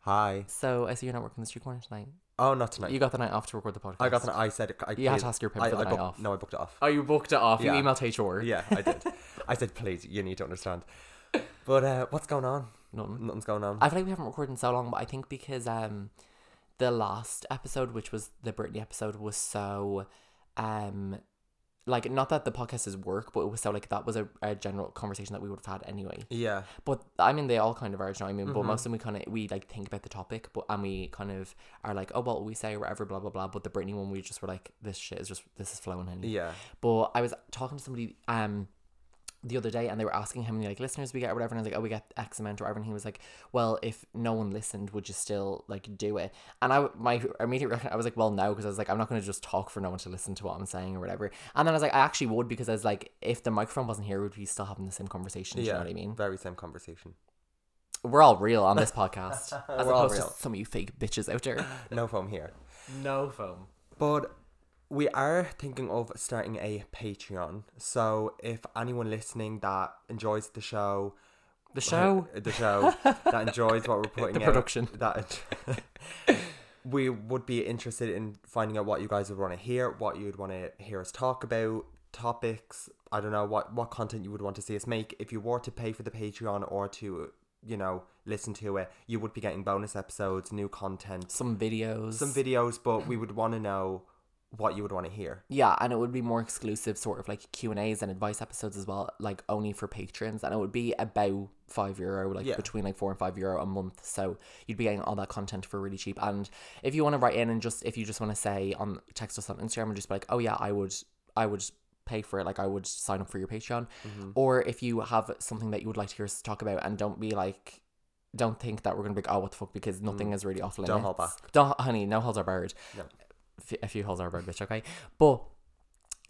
Hi. So I see you're not working the street corner tonight. Oh, not tonight. You got the night off to record the podcast. I got an. I said. I You had please- to ask your I, parents for I the night booked- off. No, I booked it off. Oh, you booked it off. Yeah. You emailed HR. Yeah, I did. I said, please, you need to understand. But uh, what's going on? Nothing. Nothing's going on. I feel like we haven't recorded in so long, but I think because um, the last episode, which was the Britney episode, was so um, like not that the podcast is work, but it was so like that was a, a general conversation that we would have had anyway. yeah, But I mean, they all kind of are. do you know what I mean? But Mhm. most of them we kind of we like think about the topic, but and we kind of are like, oh well, we say or whatever, blah blah blah. But the Britney one, we just were like, this shit is just this is flowing in. yeah, But I was talking to somebody um the other day and they were asking how many like listeners we get or whatever and I was like, Oh, we get X amount or whatever and he was like, Well, if no one listened, would you still like do it? And I w- my immediate reaction I was like, Well no, because I was like, I'm not gonna just talk for no one to listen to what I'm saying or whatever. And then I was like, I actually would because I was like, if the microphone wasn't here, would we still having the same conversation? Do you Yeah. know what I mean? very same conversation. We're all real on this podcast. as We're all opposed real. to some of you fake bitches out there. No foam here. No foam. But we are thinking of starting a Patreon. So if anyone listening that enjoys the show, The show the show that enjoys what we're putting the out, production. that we would be interested in finding out what you guys would want to hear, what you'd want to hear us talk about, topics. I don't know what what content you would want to see us make. If you were to pay for the Patreon or to you know listen to it, you would be getting bonus episodes, new content, Some videos. some videos. But we would want to know what you would want to hear. Yeah, and it would be more exclusive sort of like Q and A's and advice episodes as well, like only for patrons, and it would be about five euro, like Yeah. between like four and five euro a month. So you'd be getting all that content for really cheap. And if you want to write in and just if you just want to say on text us on Instagram and just be like, oh yeah, I would, I would pay for it, like I would sign up for your Patreon. Mm-hmm. Or if you have something that you would like to hear us talk about, and don't be like. Don't think that we're gonna be like, oh, what the fuck, because nothing is really off limits. Mm. hold back. Don't, honey, no holds are barred f- a few holes are road, bitch, okay? But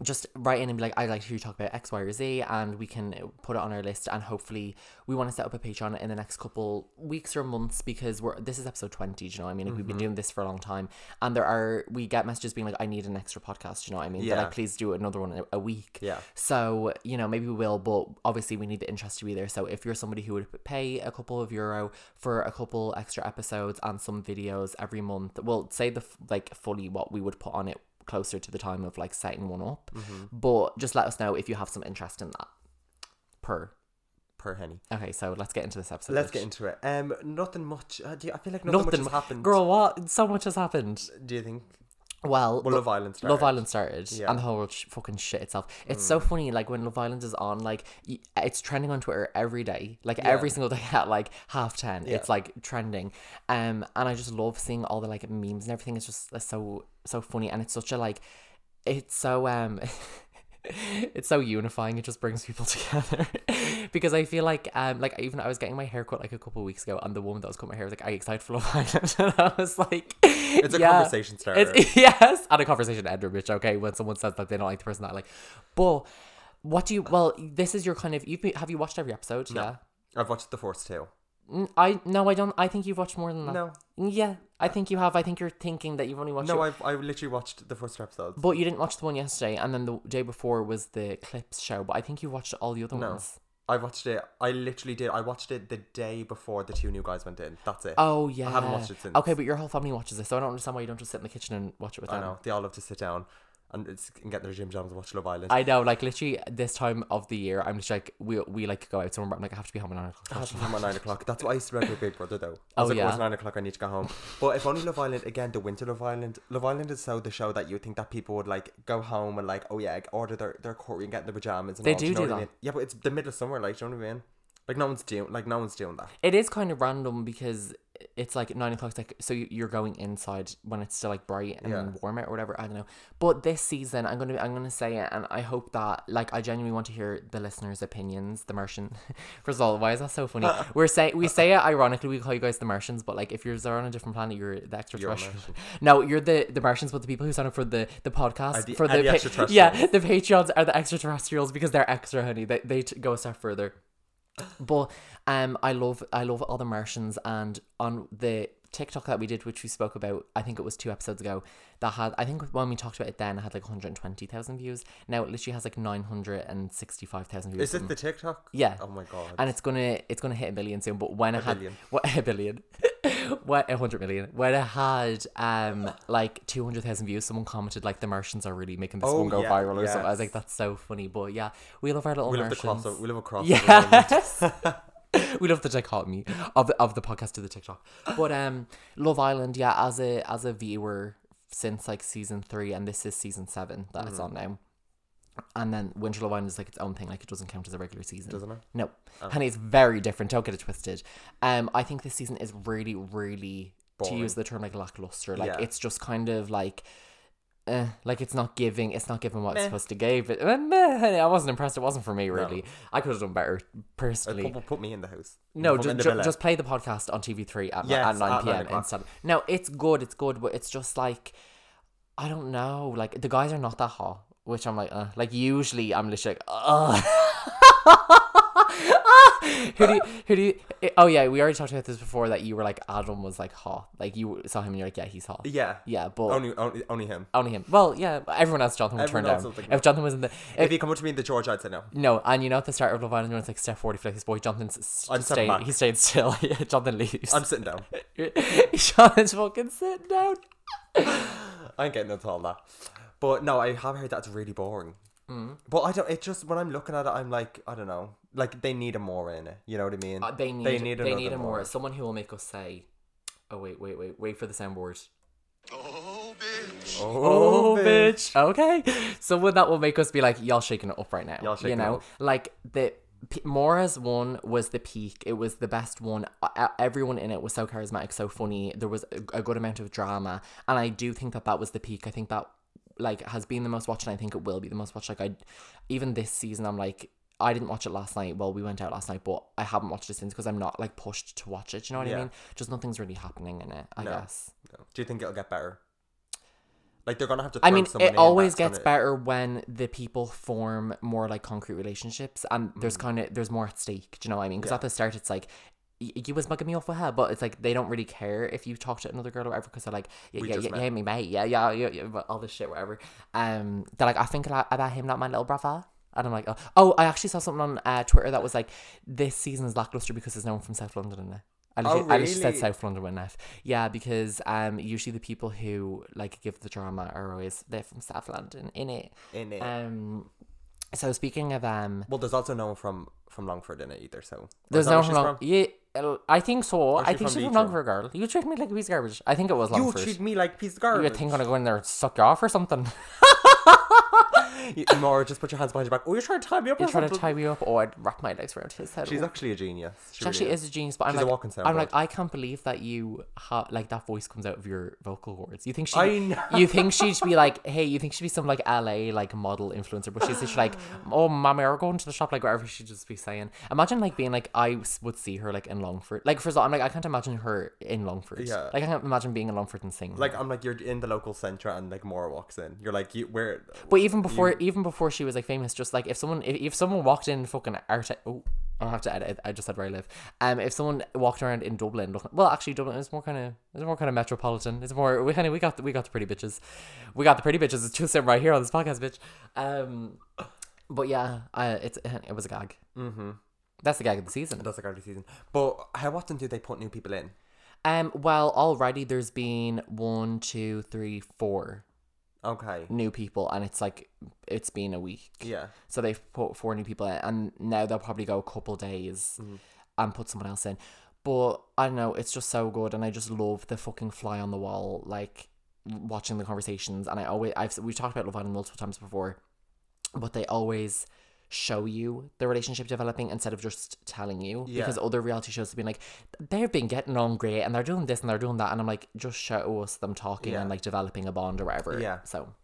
just write in and be like, I'd like to hear you talk about X, Y, or Z, and we can put it on our list. And hopefully, we want to set up a Patreon in the next couple weeks or months because we're this is episode 20. Do you know what I mean? Like, We've Mm-hmm. been doing this for a long time, and there are we get messages being like, I need an extra podcast. Do you know what I mean? They're Yeah. like, please do another one a- a week. Yeah. So, you know, maybe we will, but obviously we need the interest to be there. So, if you're somebody who would pay a couple of euro for a couple extra episodes and some videos every month, well, say the f- like fully what we would put on it closer to the time of like setting one up, Mm-hmm. but just let us know if you have some interest in that. Per. Per Henny. Okay, so let's get into this episode. Let's bitch. get into it. Um, nothing much. Uh, do you, I feel like nothing, Nothing much has happened. Girl, what? So much has happened. do you think? Well, Well, the- Love Island started. Love Island started, Yeah. Hmm. and the whole world sh- fucking shit itself. It's so funny, like when Love Island is on, like y- it's trending on Twitter every day, like every single day at like half ten. It's like trending, um, and I just love seeing all the like memes and everything. It's just it's so so funny, and it's such a like, it's so um. It's so unifying. It just brings people together because I feel like, um, like even I was getting my hair cut like a couple of weeks ago, and the woman that was cutting my hair was like, "Are you excited for Love Island?" And I was like, It's a "Yeah." conversation starter. It's, yes, and a conversation ender, bitch. Okay, when someone says that they don't like the person that I like, but what do you? Well, this is your kind of. You've been, have you watched every episode? Yeah. I've watched the first two. Mm, I no, I don't. I think you've watched more than that. No. Yeah, I think you have. I think you're thinking that you've only watched. No, it- I've, I literally watched the first two episodes. but you didn't watch the one yesterday, and then the day before was the clips show. But I think you watched all the other No. ones. I watched it. I literally did. I watched it the day before the two new guys went in. That's it. Oh yeah, haven't watched it since. Okay, but your whole family watches it, so I don't understand why you don't just sit in the kitchen and watch it with I them. know. They all love to sit down and, it's, and get their gym jams and watch Love Island. I know, like literally this time of the year, I'm just like we we like go out somewhere. but I'm like I have to be home at nine o'clock. I had to come at nine o'clock. That's what I used to do with Big Brother, though. I was Oh, like, yeah. oh, it's nine o'clock. I need to go home. But if only Love Island again, the winter Love Island. Love Island is so the show that you think that people would like go home and like, oh yeah, like, order their their curry and get their pajamas. And They all, do you know do what I that. mean? Yeah, but it's the middle of summer. Like, do you know what I mean? Like no one's doing like no one's doing that. It is kind of random because it's like nine o'clock. it's Like so, you- you're going inside when it's still like bright and Yeah. warm out or whatever. I don't know. But this season, I'm gonna I'm gonna say it, and I hope that like I genuinely want to hear the listeners' opinions. The Martian. First of all, why is that so funny? We're say we say it ironically. We call you guys the Martians, but like if you're on a different planet, you're the extraterrestrial. no, you're the the Martians, but the people who sign up for the the podcast the- for are the pa- extraterrestrials. yeah the Patreons are the extraterrestrials because they're extra honey. They they t- go a step further. But um, I love I love all the Martians and on the TikTok that we did, which we spoke about, I think it was two episodes ago. That had I think when we talked about it then, it had like one hundred twenty thousand views. Now it literally has like nine hundred and sixty five thousand views. Is this the TikTok? yeah, Oh my god. and it's gonna it's gonna hit a million soon. But when it had billion. what a billion, what a hundred million. When it had um like two hundred thousand views, someone commented like the Martians are really making this Oh, one go yeah, viral or something. I was yes. like, that's so funny. But yeah, we love our little We love the Martians. crossover. We love a crossover. moment. Yes. we love the dichotomy of the, of the podcast to the TikTok. But um Love Island, yeah, as a as a viewer since like season 3 and this is season 7 that Mm. it's on now. And then Winter Love Island is like its own thing, like it doesn't count as a regular season. Doesn't it? No. Oh. Honey, it's very different. Don't get it twisted. Um, I think this season is really, really to use the term like lackluster. Like Yeah. it's just kind of like eh, like it's not giving it's not giving what Meh. it's supposed to give. But eh, meh, honey, I wasn't impressed. It wasn't for me really. I could have done better personally. Put, put me in the house. No, Put me ju- in the ju- villa. just play the podcast on TV3 at, Yes, at at 9 nine p.m. o'clock. instead. No, it's good. It's good, but it's just like, I don't know. Like, the guys are not that hot, which I'm like, uh, like, usually I'm literally like, ugh. who do you, who do you, eh, oh yeah, we already talked about this before that you were like, Adam was like hot. Like, you saw him and you're like, yeah, he's hot. yeah. Yeah, but only, Only, only, only him. him. Well, yeah, everyone else Jonathan would Everyone turn else down. was like, If Jonathan was in the, If you come up to me in the George, I'd say no. no, and you know at the start of Love Island when it's like step forty, like this boy Jonathan's s- I'm stepping staying, back. he stayed still. yeah, Jonathan leaves. I'm sitting down. Jonathan's fucking sitting down. I ain't getting into all that. But no, I have heard that's really boring. Hmm. Mm. But I don't. It just when I'm looking at it, I'm like, I don't know. Like they need a more in it. You know what I mean? Uh, they need They they need need, another a more more. someone who will make us say, "Oh wait, wait, wait, wait for the soundboard." Oh, bitch. Oh, Okay, someone that will make us be like, "Y'all shaking it up right now." Y'all shaking you it know, up. like the. P- Mora's one was the peak. It was the best one. Uh, Everyone in it was so charismatic, so funny. There was a, a good amount of drama, and I do think that that was the peak. I think that like has been the most watched, and I think it will be the most watched. Like I, even this season, I'm like I didn't watch it last night. Well, we went out last night, but I haven't watched it since because I'm not like pushed to watch it. Do you know what Yeah. I mean? Just nothing's really happening in it. I No. guess. No. Do you think it'll get better? Like they're gonna have to. Throw I mean, someone it in always that's gonna- gets better when the people form more like concrete relationships, and there's kind of there's more at stake. Do you know what I mean? Because Mm. Yeah. at the start, it's like "Y- you was mugging me off with her, but it's like they don't really care if you talk to another girl or whatever because they're like, yeah, We yeah, just yeah, met. yeah, me mate, yeah, yeah, yeah, yeah, but all this shit, whatever. Um, they're like, I think a lot about him, not my little brother. And I'm like, oh, oh I actually saw something on uh, Twitter that was like, this season is lackluster because there's no one from South London in it. I Oh, literally, I literally said really? South London with an F. Yeah, because um usually the people who like give the drama are always they're from South London in it. in it. Um so speaking of um well, there's also no one from from Longford in it either. So Or is there's that no where she's from Long- yeah uh, I think so. is I she think from she's from Leitrim? Longford girl. You treat me like a piece of garbage. I think it was You Longford. treat me like piece of you garbage. would think I'm gonna go in there and suck you off or something. You- Maura, just put your hands behind your back. Oh, you're trying to tie me up. You're or trying to something. tie me up or I'd wrap my legs around his head. She's actually a genius. She actually is a genius, but I'm She's a like, walking I'm like, soundboard. I can't believe that you have like that voice comes out of your vocal cords. You think she, I know. you think she'd be like, hey, you think she'd be some like LA like model influencer, but she's just like, oh, mommy, are going to the shop, like whatever she'd just be saying. Imagine like being like, I s- would see her like in Longford. Like first of all, I'm like, I can't imagine her in Longford. Yeah. Like I can't imagine being in Longford and singing. Like I'm like you're in the local centre and like Maura walks in. You're like you where But even before, even before she was like famous, just like if someone, if, if someone walked in fucking art, oh, I don't have to edit. it, I just said where I live. Um, if someone walked around in Dublin, looking, well, actually Dublin is more kind of, it's more kind of metropolitan. It's more we kind of we got the, we got the pretty bitches, we got the pretty bitches. It's two sitting right here on this podcast, bitch. Um, but yeah, uh, it's it was a gag. Mm-hmm. That's the gag of the season. that's like early season. But how often do they put new people in? Um, well, already there's been one, two, three, four Okay. new people, and it's like it's been a week. Yeah. So they've put four new people in, and now they'll probably go a couple days Mm. and put someone else in. But I don't know, it's just so good, and I just love the fucking fly on the wall, like watching the conversations. And I always, I've we've talked about Love Island multiple times before, but they always show you the relationship developing instead of just telling you Yeah. because other reality shows have been like they've been getting on great and they're doing this and they're doing that and I'm like just show us them talking Yeah. and like developing a bond or whatever Yeah. so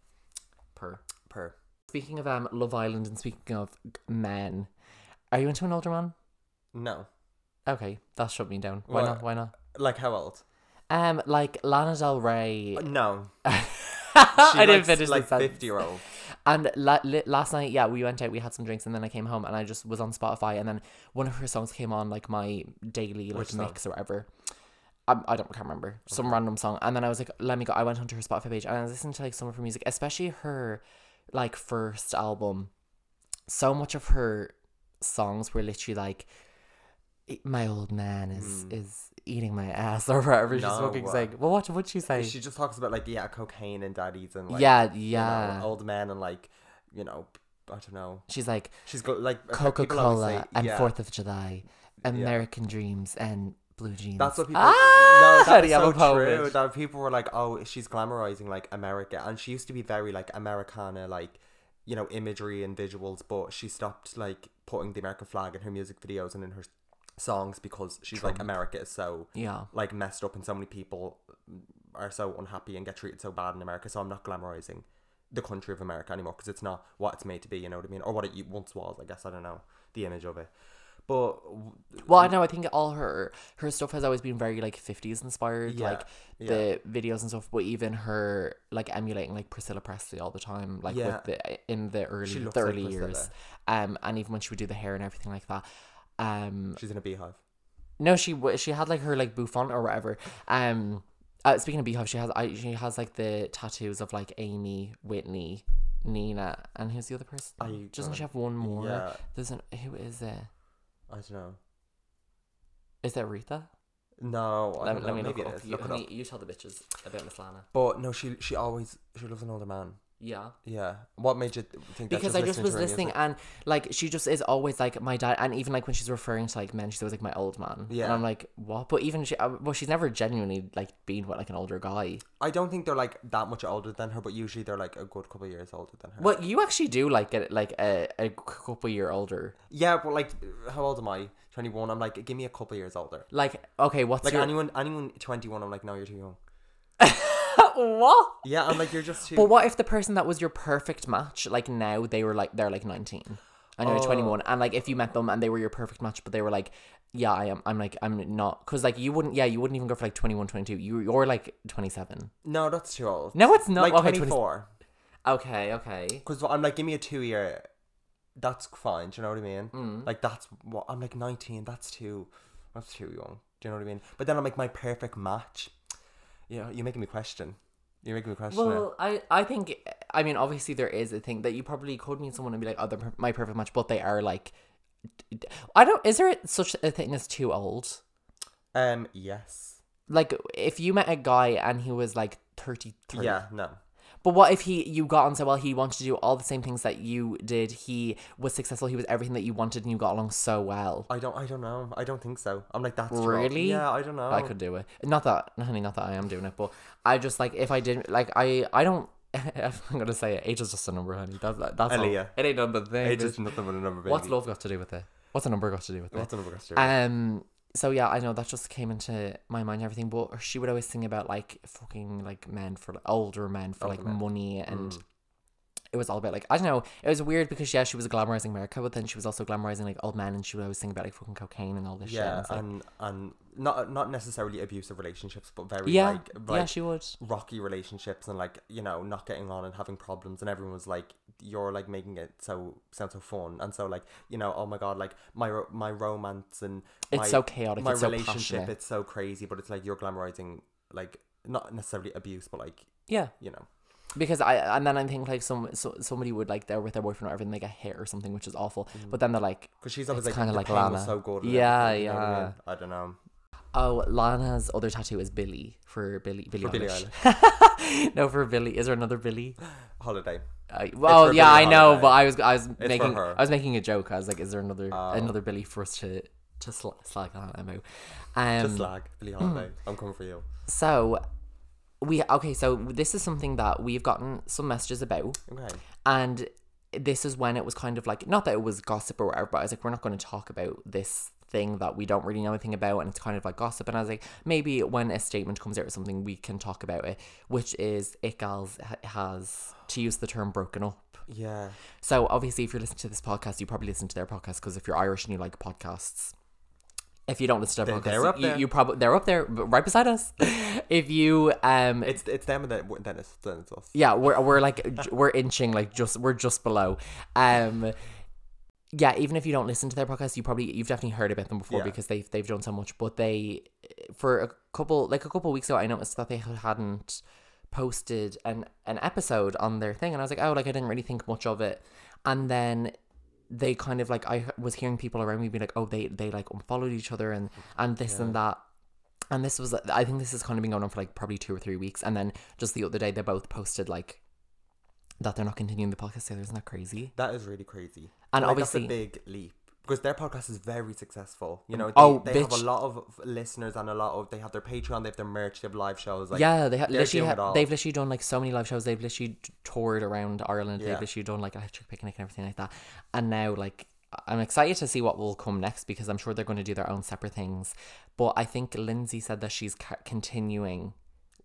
per Per. Speaking of um, Love Island and speaking of g- men, are you into an older man? No. Okay, that shut me down. Why What? not? Why not? Like how old? Um, like Lana Del Rey. No. I didn't likes, finish like like fifty year old. And la- li- last night, yeah, we went out, we had some drinks, and then I came home and I just was on Spotify, and then one of her songs came on like my daily like Which song? mix or whatever. Um, I don't can't remember some random song, and then I was like, let me go. I went onto her Spotify page and I was listening to like some of her music, especially her like first album. So much of her songs were literally like "E- my old man is is eating my ass or whatever she's Hmm. No, fucking uh, saying. Well, what would she say? She just talks about like yeah, cocaine and daddies and like oh. yeah, you know, yeah. old men and like you know I don't know. She's like She's got like people always Coca Cola say- and yeah. Fourth of July, American Dreams and blue jeans. That's what people. Ah, no, that is yeah, so I'm a poet. true. That people were like, "Oh, she's glamorizing like America," and she used to be very like Americana, like you know, imagery and visuals. But she stopped like putting the American flag in her music videos and in her songs because she's like America is so Yeah. like messed up, and so many people are so unhappy and get treated so bad in America. So I'm not glamorizing the country of America anymore because it's not what it's made to be. You know what I mean, or what it once was. I guess I don't know the image of it, but Well, I Mm. know. I think all her her stuff has always been very like fifties inspired, Yeah, like the videos and stuff. But even her like emulating like Priscilla Presley all the time, like Yeah. with the in the early looks the like early years, Priscilla. um, and even when she would do the hair and everything like that. Um, she's in a beehive. no, she wa- she had like her like bouffant or whatever. Um, uh, speaking of Beehive, she has I, she has like the tattoos of like Amy, Whitney, Nina, and who's the other person? I Doesn't don't- she have one more? Yeah, There's an who is it? I don't know. Is that Aretha? No, I Let, don't let know. me look Maybe it up. it is. You, Look it honey, up. you tell the bitches about Miss Lana. But no, she she always she loves an older man. Yeah. Yeah. What made you th- think? Because that I just was to her listening music? and like she just is always like my dad and even like when she's referring to like men she's always like my old man and Yeah. I'm like what but even she uh, well she's never genuinely like been with like an older guy I don't think they're like that much older than her, but usually they're like a good couple of years older than her. well you actually do like get like a, a c- couple year older Yeah, but like, how old am I? Twenty one. I'm like, give me a couple of years older. like okay what's Like your anyone, anyone twenty one. I'm like, no, you're too young. what Yeah, I'm like, you're just too. but what if the person that was your perfect match like now they were like they're like 19 and you're 21 and like if you met them and they were your perfect match but they were like yeah I am I'm like I'm not because like you wouldn't yeah you wouldn't even go for like 21 22 you, you're like 27 no, that's too old. No, it's not. like okay, 24. 20 Okay, okay. Because I'm like, give me a two year. That's fine. Do you know what I mean? Mm. Like that's what I'm like. Nineteen. That's too. That's too young. Do you know what I mean? But then I'm like my perfect match. You know, you're making me question. You're making me question. Well, I, I think, I mean, obviously there is a thing that you probably could meet someone and be like, oh, they're per- my perfect match, but they are like, I don't, is there such a thing as too old? it. Um. Yes. Like, if you met a guy and he was like 33, Yeah. No. but what if he, you got on so well, he wanted to do all the same things that you did, he was successful, he was everything that you wanted, and you got along so well? I don't. I don't know. I don't think so. I'm like that's too old. Really? Yeah. I don't know. I could do it. Not that, honey, not that I am doing it, but I just like if I didn't like I I don't. I'm gonna say it. Age is just a number, honey. That's that, that's all. Aaliyah. It ain't none but thing. Age bitch. is nothing but a number. Baby. What's love got to do with it? What's a number got to do with it? What's a number? Christian? Um. So yeah, I know that just came into my mind. and Everything, but she would always sing about like fucking like men for like, older men for like men. Mm. money, and it was all about like I don't know. It was weird because yeah, she was glamorizing America, but then she was also glamorizing like old men, and she would always sing about like fucking cocaine and all this shit. and yeah, it's, like, and and not not necessarily abusive relationships, but very yeah, like, yeah, like she would. rocky relationships and like you know not getting on and having problems and everyone was like you're like making it so sound so fun and so like you know oh my god like my ro- my romance and It's my, so chaotic, my it's so relationship passionate. it's so crazy but it's like you're glamorizing like not necessarily abuse but like Yeah, you know because I and then I think like some so, somebody would like they're with their boyfriend or everything they get hit or something, which is awful. Mm. But then they're like, because she's always It's like kinda the like pain Lana. was so good and Yeah, everything," you know what I, yeah. mean? I don't know oh, Lana's other tattoo is Billy for Billy Billy. for Billie Eilish. Eilish no, for Billy. Is there another Billy? holiday Uh, well, for yeah, Billie I know, Holiday. but I was I was making her. Oh. I was making a joke. I was like, is there another another Billy for us to to sl- slag on Mo? Um, Just slag Billie Holiday I'm coming for you so we okay. So this is something that we've gotten some messages about. okay And this is when it was kind of like, not that it was gossip or whatever, but I was like, we're not going to talk about this thing that we don't really know anything about. And it's kind of like gossip. And I was like, maybe when a statement comes out or something, we can talk about it, which is It Gals ha- has, to use the term, broken up. yeah So obviously, if you're listening to this podcast, you probably listen to their podcast because if you're Irish and you like podcasts, if you don't listen to their they're up podcast, you, there. you probably they're up there, but right beside us. if you um, it's it's them and then then it's, then it's us yeah, we're we're like j- we're inching like just we're just below. Um yeah, even if you don't listen to their podcast, you probably you've definitely heard about them before Yeah. because they've they've done so much. But they for a couple like a couple weeks ago I noticed that they had- hadn't posted an an episode on their thing and I was like, Oh, like I didn't really think much of it. And then they kind of like I was hearing people around me being like, oh, they they like unfollowed each other and and this and that. And this was I think this has kind of been going on for like probably two or three weeks. And then just the other day, they both posted like that they're not continuing the podcast together. Isn't that crazy? That is really crazy. And Like, obviously- that's a big leap because their podcast is very successful. You know, they, Oh, they have a bitch. lot of f- listeners and a lot of they have their Patreon, they have their merch, they have live shows. Like, yeah, they ha- they're literally doing ha- it all. they've literally done like so many live shows. They've literally t- toured around Ireland. Yeah. They've literally done like electric picnic and everything like that. And now like I- I'm excited to see what will come next because I'm sure they're going to do their own separate things. But I think Lindsay said that she's ca- continuing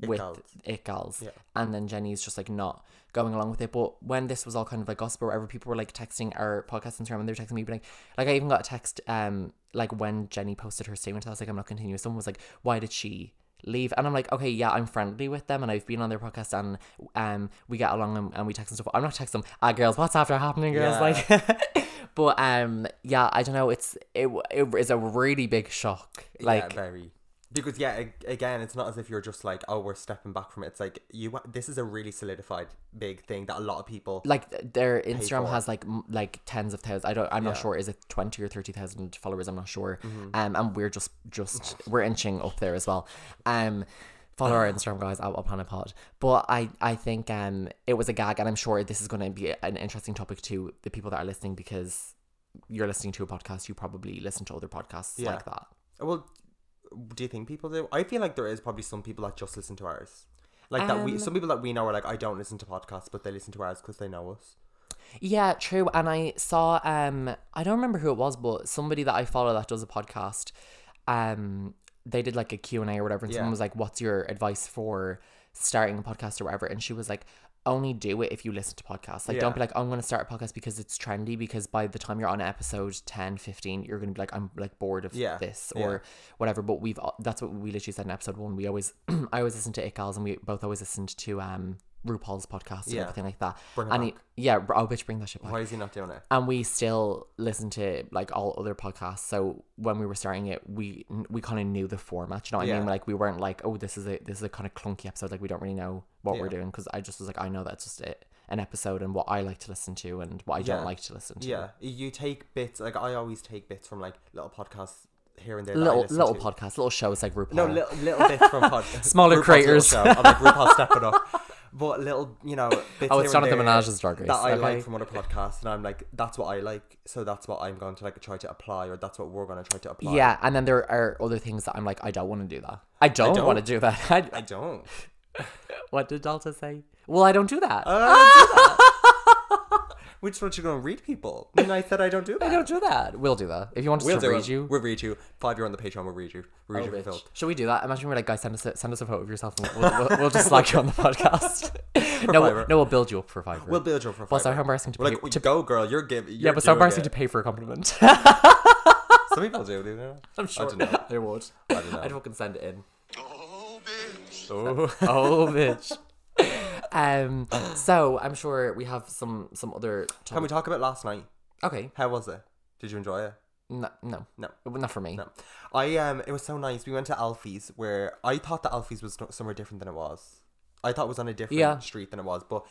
It with Gals. it girls, Yeah. and then Jenny's just like not going along with it. But when this was all kind of like gossip or whatever, people were like texting our podcast Instagram and they were texting me, being like, like I even got a text um like when Jenny posted her statement. I was like, I'm not continuing. Someone was like, why did she? leave and i'm like okay yeah i'm friendly with them and i've been on their podcast and um we get along and, and we text and stuff i'm not texting them ah girls what's after happening girls Yeah. like but um yeah i don't know it's it, it is a really big shock like yeah, very. Because yeah, ag- again, it's not as if you're just like, oh, we're stepping back from it. It's like you. wa- This is a really solidified big thing that a lot of people. like th- their Instagram for. has like m- like tens of thousands. I don't. I'm not Yeah. Mm-hmm. sure. Is it twenty or thirty thousand followers? I'm not sure. Um, and we're just just we're inching up there as well. Um, follow our Instagram guys at What Planet Pod. But I I think um it was a gag, and I'm sure this is going to be an interesting topic to the people that are listening because you're listening to a podcast. You probably listen to other podcasts Yeah. like that. Well, do you think people do? I feel like there is probably some people that just listen to ours. Like that we Um, some people that we know are like, I don't listen to podcasts, but they listen to ours because they know us. Yeah, true. And I saw um I don't remember who it was, but somebody that I follow that does a podcast, um, they did like a Q&A or whatever, and Yeah. someone was like, What's your advice for starting a podcast or whatever? And she was like, only do it if you listen to podcasts. Like, Yeah. don't be like, I'm going to start a podcast because it's trendy. Because by the time you're on episode 10, 15, you're going to be like, I'm like bored of Yeah. this Yeah. or whatever. But we've, al- that's what we literally said in episode one. We always, I always listen to It Gals and we both always listened to um RuPaul's podcast and Yeah. everything like that. Bring it and he- back. yeah, oh bitch, bring that shit back. Why is he not doing it? And we still listen to like all other podcasts. So when we were starting it, we we kind of knew the format. You know what I Yeah. mean? Like we weren't like, oh, this is a this is a kind of clunky episode. Like we don't really know what we're Yeah. doing because I just was like, I know that's just it, an episode and what I like to listen to and what I Yeah. don't like to listen to. Yeah, you take bits. Like I always take bits from like little podcasts here and there. that I little listen little to. podcasts, little shows like RuPaul. No, little, little bits from podcasts. Smaller creators. Show. I'm like RuPaul, step it up. But little, you know, bits Oh, it's here and Jonathan there Minaj's Drag Race, that I okay. like from other podcasts, and I'm like, that's what I like, so that's what I'm going to like try to apply, or that's what we're going to try to apply. yeah, and then there are other things that I'm like, I don't want to do that. I don't, want to do that. I, I don't. what did Delta say? Well, I don't do that. Uh, Which one's you going to read people? And I said I don't do that. I don't do that. We'll do that. If you want us We'll to do read it. you, Oh, We'll read you. Five year on the Patreon. We'll read you. We'll read you for filth. Should we do that? Imagine we're like, guys, send us a, send us a photo of yourself, and we'll, we'll, we'll just like you on the podcast. no, Fiverr. we'll, no, we'll build you up for Fiverr. We'll build you up for. Well, so Fiverr. embarrassing to We're pay- like, to go, girl. You're giving. yeah, but so embarrassing to pay for a compliment. Some people do, do they? I'm sure. I don't know. I would. I don't know. I'd fucking send it in. Oh, bitch. Oh. Oh, bitch. um. So I'm sure we have some some other. Can we Topic. talk about last night? Okay. How was it? Did you enjoy it? No, no, No. not for me. No. I um it was so nice. We went to Alfie's where I thought that Alfie's was no- somewhere different than it was. I thought it was on a different Yeah. street than it was, but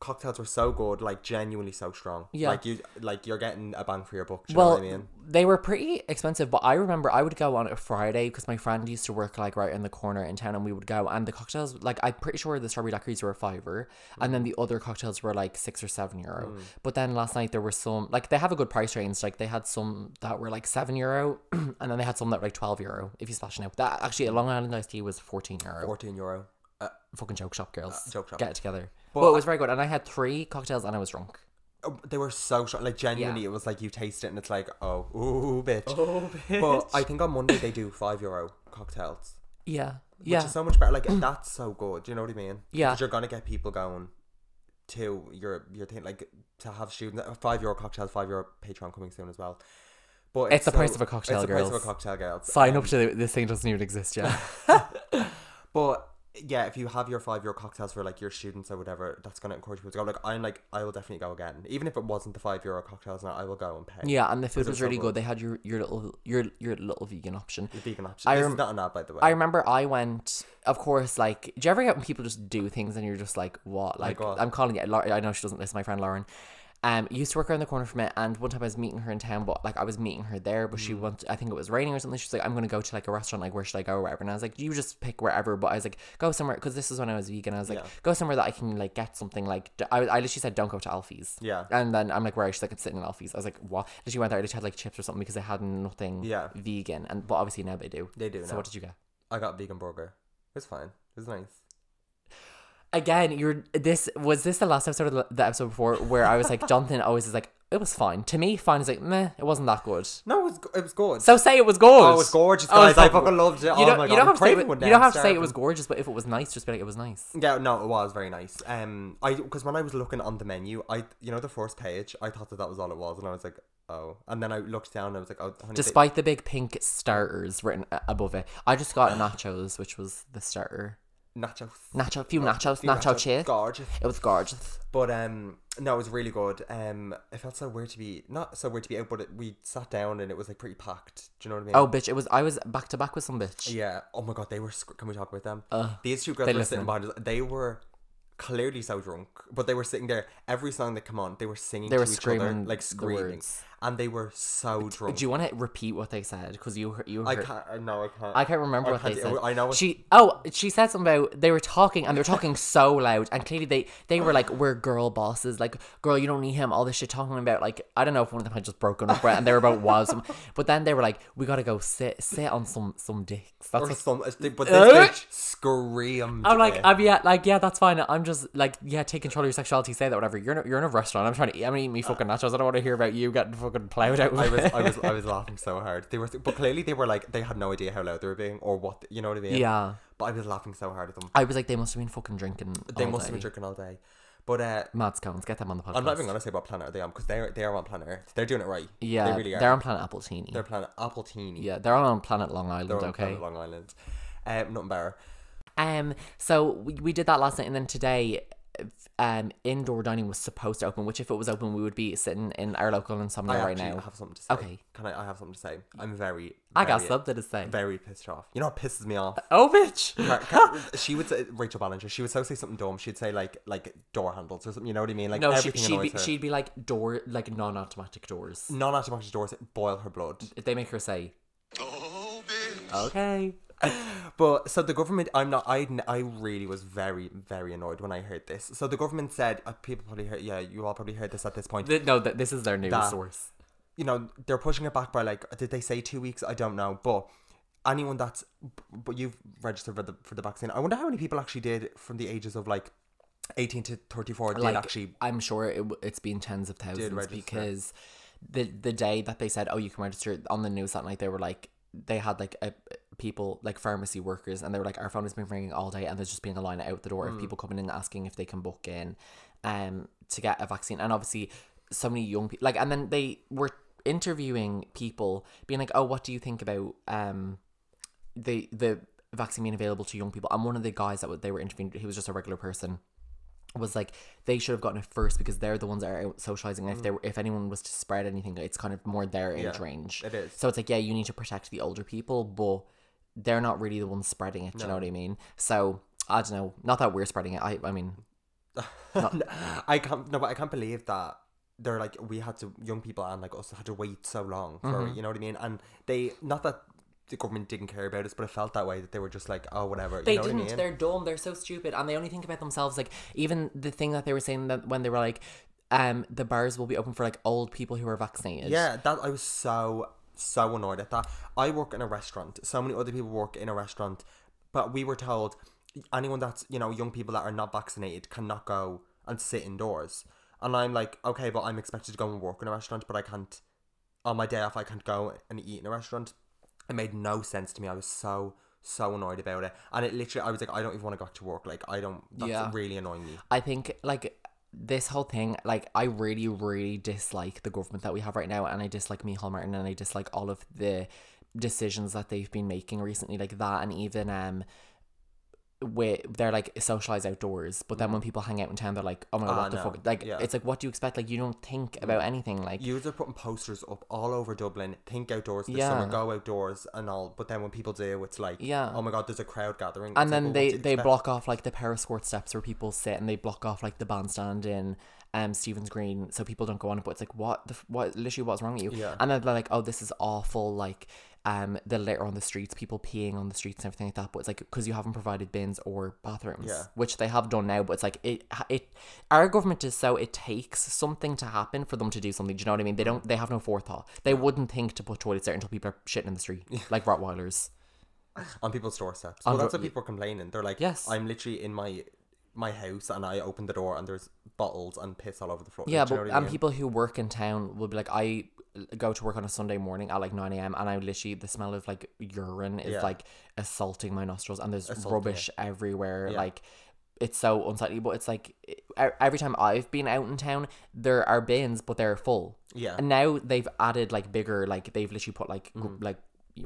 cocktails were so good, like genuinely so strong. Yeah. Like you like you're getting a bang for your buck, do you well, know what I mean? they were pretty expensive, but I remember I would go on a Friday because my friend used to work like right in the corner in town, and we would go. And the cocktails, like I'm pretty sure the strawberry daiquiris were a fiver, and then Mm-hmm. the other cocktails were like six or seven euro. Mm. But then last night there were some like they have a good price range. Like they had some that were like seven euro, and then they had some that were like twelve euro if you splash it out. That actually a Long Island iced tea was fourteen euro. Fourteen euro. Uh, Fucking joke shop girls, joke shop. get it together. But, it was very good, and I had three cocktails and I was drunk. oh, they were so strong. Like genuinely, Yeah. it was like you taste it and it's like, oh, ooh, bitch. Oh, bitch. But I think on Monday they do five euro cocktails. Yeah, yeah. yeah. which is so much better. Like that's so good. You know what I mean? Yeah. Because you're gonna get people going to your your thing. Like to have students five euro cocktails, five euro Patreon coming soon as well. But It's the price of a cocktail, It's the price girls. of a cocktail, girls. Sign up to the, this thing doesn't even exist yet. But yeah, if you have your five euro cocktails for like your students or whatever, that's gonna encourage people to go. Like I'm like I will definitely go again, even if it wasn't the five euro cocktails. Now I will go and pay. Yeah, and the food it was so really good? good. They had your your little your your little vegan option. The vegan option. I this rem- is not an ad, by the way. I remember I went, of course, like, do you ever get when people just do things and you're just like, what? Like, God. I'm calling it, Lau- I know she doesn't listen, my friend Lauren. Um, used to work around the corner from it, and one time I was meeting her in town, but like I was meeting her there, but she went. I think it was raining or something. She's like, "I'm gonna go to like a restaurant. Like, where should I go, or whatever?" And I was like, "You just pick wherever." But I was like, "Go somewhere," because this is when I was vegan. I was like, Yeah. "Go somewhere that I can like get something." Like, d- I, I literally said, "Don't go to Alfie's." Yeah. And then I'm like, "Where?" She's like, "I'm sitting in Alfie's." I was like, "What?" And she went there. I literally had like chips or something because I had nothing Yeah. vegan, and but obviously now they do. They do So now. what did you get? I got vegan burger. It was fine. It was nice. again you're this was this the last episode or the, the episode before where i was like jonathan always is like it was fine to me fine is like meh it wasn't that good No, it was go- it was good. so say it was gorgeous Oh, it was gorgeous, Oh, guys. so I fucking loved it. you Oh don't, my you god, don't I'm have to say craving it, one you now, don't I'm have to say it was starving. gorgeous but if it was nice just be like it was nice Yeah, no, it was very nice. Um, I because when I was looking on the menu, I you know the first page, I thought that that was all it was, and I was like, oh. And then I looked down, and I was like, oh, honey, they- despite the big pink starters written a- above it i just got nachos which was the starter nachos, nacho a few nachos Few nacho chips gorgeous. it was gorgeous But um, no, it was really good. Um, it felt so weird to be not so weird to be out, but it, we sat down and it was like pretty packed. Do you know what I mean? oh bitch it was i was back to back with some bitch Yeah. Oh my god, they were. sc- Can we talk about them? These two girls Uh, they were sitting listen. behind us. They were clearly so drunk, but they were sitting there. Every song that come on, they were singing. They to were each other, screaming like the screaming, words. and they were so drunk. do you want to repeat what they said because you heard, you heard I can't. uh, No, I can't. I can't remember what they can't- said. I know. What, she. Oh, she said something about they were talking and they were talking so loud and clearly they they were like we're girl bosses like girl you don't need him all this shit talking about like I don't know if one of them had just broken up right, and they were about wives but then they were like we gotta go sit sit on some some dicks that's or what some, but this Uh? bitch screamed. I'm like, it. I'm yeah, like yeah, that's fine. I'm just like, yeah, take control of your sexuality, say that, whatever. You're in a, you're in a restaurant. I'm trying to eat. I'm gonna eat me fucking nachos. I don't want to hear about you getting fucking plowed out. Uh, I was, I was, I was laughing so hard. They were, but clearly they were like, they had no idea how loud they were being or what, you know what I mean? yeah. But I was laughing so hard at them. I was like, they must have been fucking drinking. They all must have day. been drinking all day. But uh, Mads Cones, get them on the podcast. I'm not even gonna say what planet are they on because they're they are on planet Earth. They're doing it right. Yeah, they really are. They're on Planet Appletini. They're planet Appletini. yeah, they're on um, Planet Long Island. they're on okay. planet Long Island. Um, nothing better. Um. So we, we did that last night, and then today, um, indoor dining was supposed to open. Which, if it was open, we would be sitting in our local I insomnia right actually now. have something to say. Okay. Can I? I have something to say. I'm very. I got very- something to say. Very pissed off. You know what pisses me off? Oh, bitch. Car- Car- she would say Rachel Ballinger. She would so say something dumb. She'd say like like door handles or something. You know what I mean? Like No, she, everything she'd annoys be her. she'd be like door like non-automatic doors. non-automatic doors boil her blood. If They make her say Oh, bitch. okay. But so the government, I'm not. I n- I really was very very annoyed when I heard this. So the government said uh, people probably heard. Yeah, you all probably heard this at this point. Th- no, th- this is their news That- source. you know they're pushing it back by like did they say two weeks? I don't know, but. Anyone that's, but you've registered for the for the vaccine. I wonder how many people actually did from the ages of like, eighteen to thirty four. Did Like actually I'm sure it, w- it's been tens of thousands register. because the the day that they said oh you can register on the news that night they were like they had like a, people like pharmacy workers and they were like our phone has been ringing all day and there's just been a line out the door of people coming in asking if they can book in um to get a vaccine and obviously so many young people like and then they were interviewing people being like oh what do you think about um the the vaccine being available to young people and one of the guys that they were interviewing he was just a regular person was like they should have gotten it first because they're the ones that are out socializing. And if they were, if anyone was to spread anything, it's kind of more their age Mm. Yeah, range. it is. So it's like yeah, you need to protect the older people, but they're not really the ones spreading it. Do you know what I mean? So I don't know. Not that we're spreading it. I I mean I can't no, but I can't believe that they're like we had to young people and like us had to wait so long for Mm-hmm. you know what I mean. And they not that the government didn't care about us, but it felt that way that they were just like oh whatever. they you know didn't. What I mean? They're dumb. They're so stupid, and they only think about themselves. Like even the thing that they were saying that when they were like, um, the bars will be open for like old people who are vaccinated. Yeah, that I was so so annoyed at that. I work in a restaurant. So many other people work in a restaurant, but we were told anyone that's you know young people that are not vaccinated cannot go and sit indoors. And I'm like, okay, but I'm expected to go and work in a restaurant, but I can't. On my day off, I can't go and eat in a restaurant. It made no sense to me. I was so so annoyed about it, and it literally, I was like, I don't even want to go back to work. Like, I don't. That's Yeah. really annoying me. I think like this whole thing, like I really, really dislike the government that we have right now, and I dislike Michal Martin, and I dislike all of the decisions that they've been making recently, like that, and even um, with they're like socialized outdoors, but then when people hang out in town, they're like, oh my Mm. god, Ah, what the no. fuck? Like Yeah. Mm. it's like what do you expect? Like you don't think about anything. Like Youths are putting posters up all over Dublin. Think outdoors this Yeah. summer, go outdoors and all. But then when people do, it's like, Yeah. oh my god, there's a crowd gathering. It's like, and then well, what they do you they expect? block off like the Periscourt steps where people sit, and they block off like the bandstand in um Stephen's Green, so people don't go on. it, But it's like what the f- what literally what's wrong with you? Yeah. And then they're like, oh, this is awful. Like um the litter on the streets, people peeing on the streets and everything like that. But it's like because you haven't provided bins or bathrooms, Yeah. which they have done now. But it's like it it our government is so it takes something to happen for them to do something. Do you know what I mean? They don't they have no forethought. They wouldn't think to put toilets there until people are shitting in the street like Rottweilers. on people's doorsteps. Well, On that's door- what people are complaining. They're like, Yes. I'm literally in my my house and I open the door and there's bottles and piss all over the floor. Yeah, Do you but know what I and mean? people who work in town will be like, I go to work on a Sunday morning at like nine a.m. and I literally the smell of like urine is Yeah. like assaulting my nostrils and there's Assaulting rubbish everywhere. Yeah. Like it's so unsightly. But it's like e- every time I've been out in town, there are bins, but they're full. Yeah. And now they've added like bigger, like they've literally put like gr- Mm. like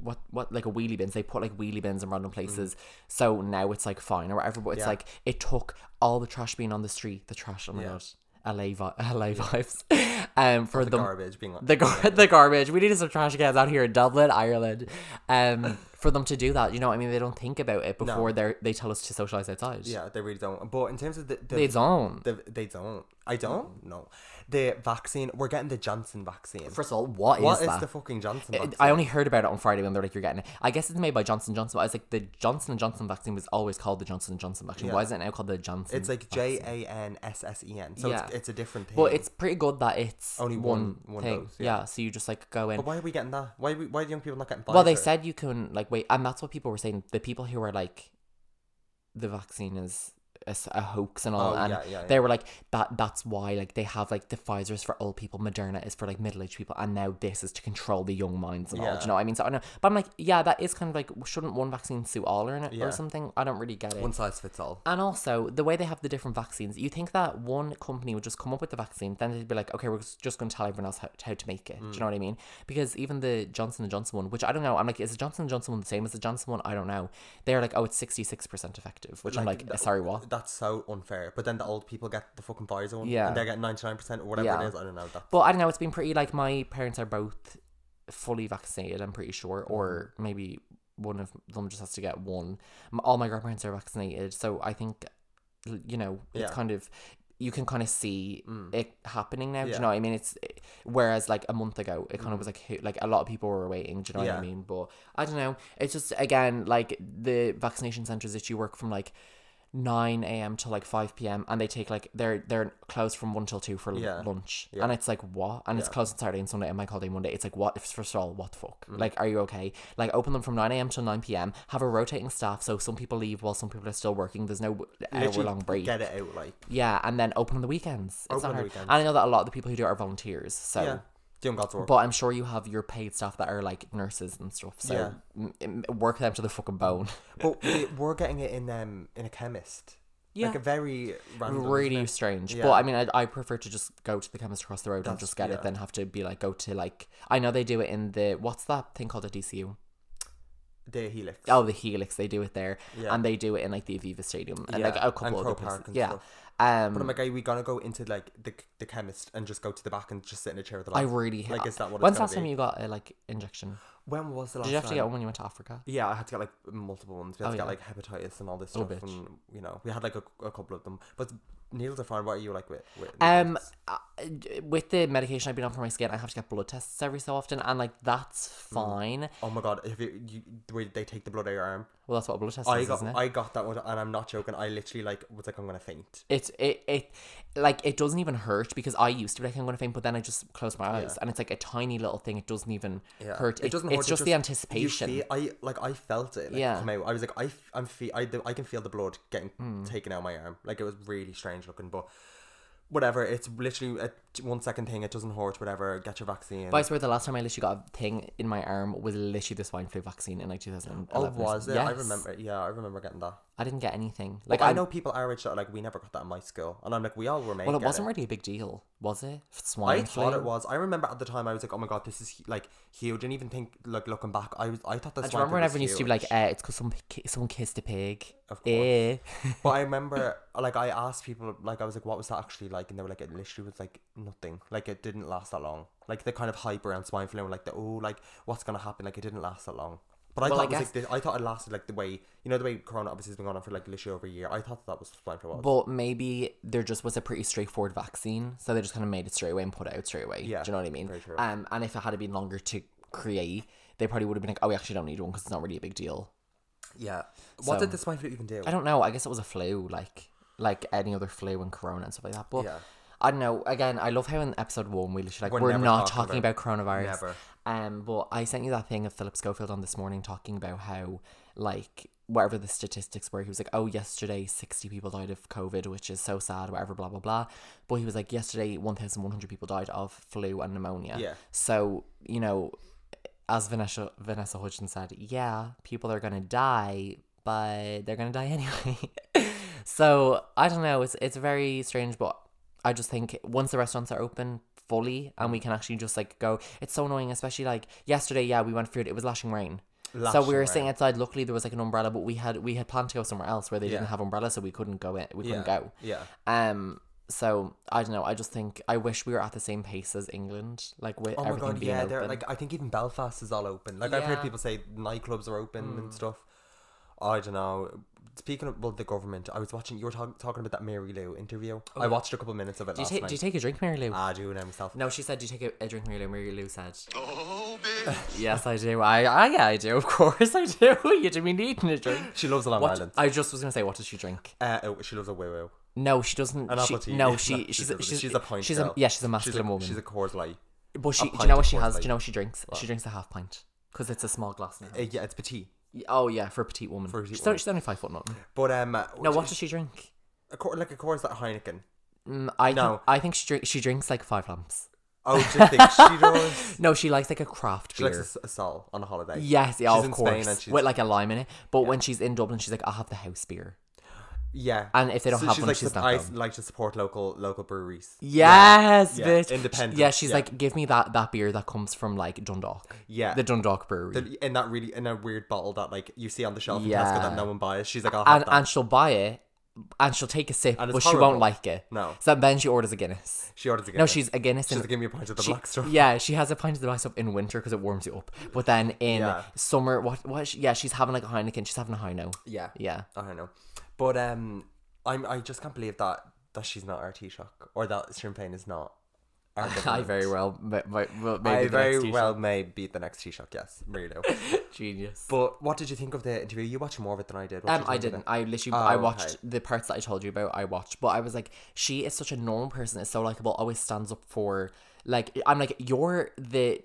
what what like a wheelie bins. They put like wheelie bins in random places. So now it's like fine or whatever. But it's like it took all the trash being on the street, the trash. Oh my god, LA vi- LA vibes. Um, for the garbage being like, the gar- the garbage. We need some trash cans out here in Dublin, Ireland. Um, for them to do that, you know, what I mean, they don't think about it before they they tell us to socialize outside. yeah, they really don't. But in terms of the, the They don't. The, they don't. I don't. No, the vaccine. We're getting the Johnson vaccine. First of all, what is what is, that? the fucking Johnson I- vaccine? I only heard about it on Friday when they're like, "You're getting it." I guess it's made by Johnson Johnson. But I was like, the Johnson and Johnson vaccine was always called the Johnson and Johnson vaccine. Why Yeah. is it now called the Johnson? it's like vaccine? J A N S S E N. So it's, Yeah. it's a different thing. But it's pretty good that it's only one, one- one thing. dose, yeah. yeah. so you just like go in. But why are we getting that? Why are we, why are young people not getting? Pfizer? Well, they said you can like wait, and that's what people were saying. The people who were like, the vaccine is a, s- a hoax and all, Oh, and yeah, yeah, they yeah. were like that. That's why like they have like the Pfizer's for old people, Moderna is for like middle aged people, and now this is to control the young minds and all. Do Yeah. you know what I mean? So I know, but I'm like, yeah, that is kind of like shouldn't one vaccine suit all or, n- Yeah. or something? I don't really get it. one size fits all. And also, the way they have the different vaccines, you think that one company would just come up with the vaccine, then they'd be like, okay, we're just going to tell everyone else how, how to make it. Do Mm. you know what I mean? Because even the Johnson and Johnson one, which I don't know, I'm like, is the Johnson and Johnson one the same as the Johnson one? I don't know. They're like, oh, it's sixty six percent effective, which I'm like, th- sorry, what? That's so unfair. But then the old people get the fucking Pfizer one. Yeah. And they're getting 99% or whatever Yeah. it is. I don't know. That. But I don't know. It's been pretty like my parents are both fully vaccinated. I'm pretty sure, or maybe one of them just has to get one. M- All my grandparents are vaccinated, so I think l- you know it's Yeah. kind of you can kind of see mm. it happening now. Do Yeah. Mm. you know what I mean? It's whereas like a month ago, it kind of was like who, like a lot of people were waiting. Do you know what I Yeah. mean? But I don't know. It's just again like the vaccination centers that you work from like. 9 a.m. to like 5 p.m. and they take like they're they're closed from 1 till 2 for l- Yeah. lunch and it's like what and it's Yeah. closed on Saturday and Sunday and my holiday Monday it's like what if first of all what the fuck Mm. like are you okay like open them from 9 a.m. to 9 p.m. have a rotating staff so some people leave while some people are still working there's no hour Literally long break Get it out. Like, yeah and then open on the weekends it's Open not on the hard weekends. and I know that a lot of the people who do it are volunteers so yeah. Doing God's work. but I'm sure you have your paid staff that are like nurses and stuff so Yeah. m- m- work them to the fucking bone But we- we're getting it in um in a chemist. Yeah. Like a very random. really strange. But Yeah. I mean, I, I prefer to just go to the chemist across the road and just get yeah. it than have to be like go to like I know they do it in the what's that thing called at DCU? The helix. Oh, the Helix. They do it there, Yeah. and they do it in like the Aviva Stadium and like Yeah, a couple and other Croke Park places. and yeah. stuff. Um, But I'm like, are we gonna go into like the the chemist and just go to the back and just sit in a chair at the back? I really like. Is that what? it's When's gonna the last time be? you got a like injection? When was the last? Did you have to time? get one when you went to Africa? Yeah, I had to get like multiple ones. We had Oh, to get yeah. like hepatitis and all this Oh, stuff, bitch. and you know, we had like a, a couple of them. But needles are fine. What are you like with? with Um, needles? uh, with the medication I've been on for my skin, I have to get blood tests every so often, and like Mm. that's fine. Oh my god! If you, you the way they take the blood out of your arm, Well, that's what a blood test I is, isn't it? got I got that one, and I'm not joking. I literally like was like I'm gonna faint. It's it it like it doesn't even hurt because I used to be like I'm gonna faint, but then I just close my eyes and it's like a tiny little thing. It doesn't even hurt. It, doesn't. It's hurt, it just the you anticipation. feel- I like I felt it. Like, Yeah. Come out. I was like I f- Hmm. I'm fe- I, I can feel the blood getting taken out of my arm. Like it was really strange looking, but whatever. It's literally a one second thing. It doesn't hurt. Whatever. Get your vaccine. But I swear the last time I literally got a thing in my arm was literally the swine flu vaccine in like 2011. Oh, or was it? something. I Yes. remember. Yeah, I remember getting that. I didn't get anything. Like Like I I'm- know people our age that are like we never got that in my school, and I'm like we all were made. Well, it get wasn't really a big deal, was it? I Swine thought flu? it was. I remember at the time I was like, "Oh my god, this is hu- like huge." Didn't even think like looking back. I was. I thought I that's. just remember when everyone used to be like, eh, it's because some, ki- someone kissed a pig. Of Eh. But I remember, like, I asked people, like, I was like, "What was that actually like?" And they were like, "It literally was like nothing. Like, it didn't last that long. Like the kind of hype around swine flu, and like the oh, like what's gonna happen? Like, it didn't last that long." But I Well, I thought it was guess- like this, I thought it lasted like the way you know the way Corona obviously has been going on for like literally over a year. I thought that was swine flu. Was. But maybe there just was a pretty straightforward vaccine, so they just kind of made it straight away and put it out straight away. Yeah, do you know what I mean? very true. Um, and if it had been longer to create, they probably would have been like, "Oh, we actually don't need one because it's not really a big deal." yeah. What So- did the swine flu even do? I don't know. I guess it was a flu, like like any other flu and corona and stuff like that. But Yeah. I don't know. Again, I love how in episode one we literally like We're we're, never not talking talking about- about, coronavirus. Never. Um, but I sent you that thing of Philip Schofield on this morning talking about how like whatever the statistics were, he was like, Oh, yesterday sixty people died of COVID, which is so sad, whatever, blah blah blah. But he was like, Yesterday one thousand one hundred people died of flu and pneumonia. Yeah. So, you know, as Vanessa Vanessa Hudgens said, yeah, people are gonna die, but they're gonna die anyway. so I don't know. It's it's very strange, but I just think once the restaurants are open fully and we can actually just like go, it's so annoying. Especially like yesterday, yeah, we went for food. It was lashing rain. so we Lashing were rain. sitting outside. Luckily, there was like an umbrella, but we had we had planned to go somewhere else where they Yeah. didn't have umbrellas, so we couldn't go. It we couldn't yeah. go. Yeah. Um. So I don't know. I just think I wish we were at the same pace as England, like with Oh my everything god, being yeah, open. they're like I think even Belfast is all open. Like I've heard Yeah. people say nightclubs are open and stuff. I don't know. Speaking of well, the government, I was watching. You were talk- talking about that Mary Lou interview. I watched a couple minutes of it Do you, last take, night. do you take a drink, Mary Lou? I do know myself. no, she said, Do you take a, a drink, Mary Lou? Mary Lou said, Oh, bitch. Yes, I do. I, I, yeah, I do. Of course, I do. you do me needing a drink. She loves Long What- Island. I just was gonna say, what does she drink? Uh, oh, she loves a woo woo. No, she doesn't. An she, apple tea. No, No, she, she she's, doesn't. a, she's, She's a pint She's girl. a, yeah, she's She's a a, masculine woman. she's a Coors Light. but she, do you pint know of what she Coors has? Do Light. you know what she drinks? She drinks a half pint because it's a small glass. Now. Uh, yeah, it's petite. oh yeah, for a petite woman. For a petite she's, woman. Only, she's only five foot nothing. But um, uh, No, what does she drink? a Coor- like a Coors Light Heineken? Mm, I No. think, I think she drink, she drinks like five lumps. Oh, do you think she does? No, she likes like a craft She beer. likes a s- a, sol on a holiday. Yes, yeah, She's of in Spain course. and she's- With like a lime in it. But when she's in Dublin, she's like, I'll have the house beer. Yeah. And if they don't have she's one, like, she's sup- not I going. like to support local local breweries. Yes, Yeah, bitch. independent, Yeah, she's yeah. like, give me that that beer that comes from like Dundalk. Yeah. The Dundalk brewery. The- in that really in a weird bottle that like you see on the shelf in Tesco that Yeah. no one buys. She's like, I'll have and that. and she'll buy it and she'll take a sip, And but it's she horrible. won't like it. No. So then she orders a Guinness. she orders again. No, she's a Guinness she's in like, give me a pint of the she- black stuff. Yeah, she has a pint of the black stuff in winter because it warms you up. But then in Yeah. summer, what? What? is she- yeah, she's having like a Heineken. She's having a Heino. Yeah. Yeah. I don't know, but um, I'm I just can't believe that that she's not our Taoiseach or that Sinn Féin is not. Our I government. very well, ma- ma- ma- maybe I the very next Taoiseach. well may be the next Taoiseach, yes, really. genius. but what did you think of the interview? You watched more of it than I did. What Um, did you I think of didn't. it? I literally, I Oh, watched okay. the parts that I told you about. I watched, but I was like, she is such a normal person. Is so likable. Always stands up for. Like, I'm like, you're the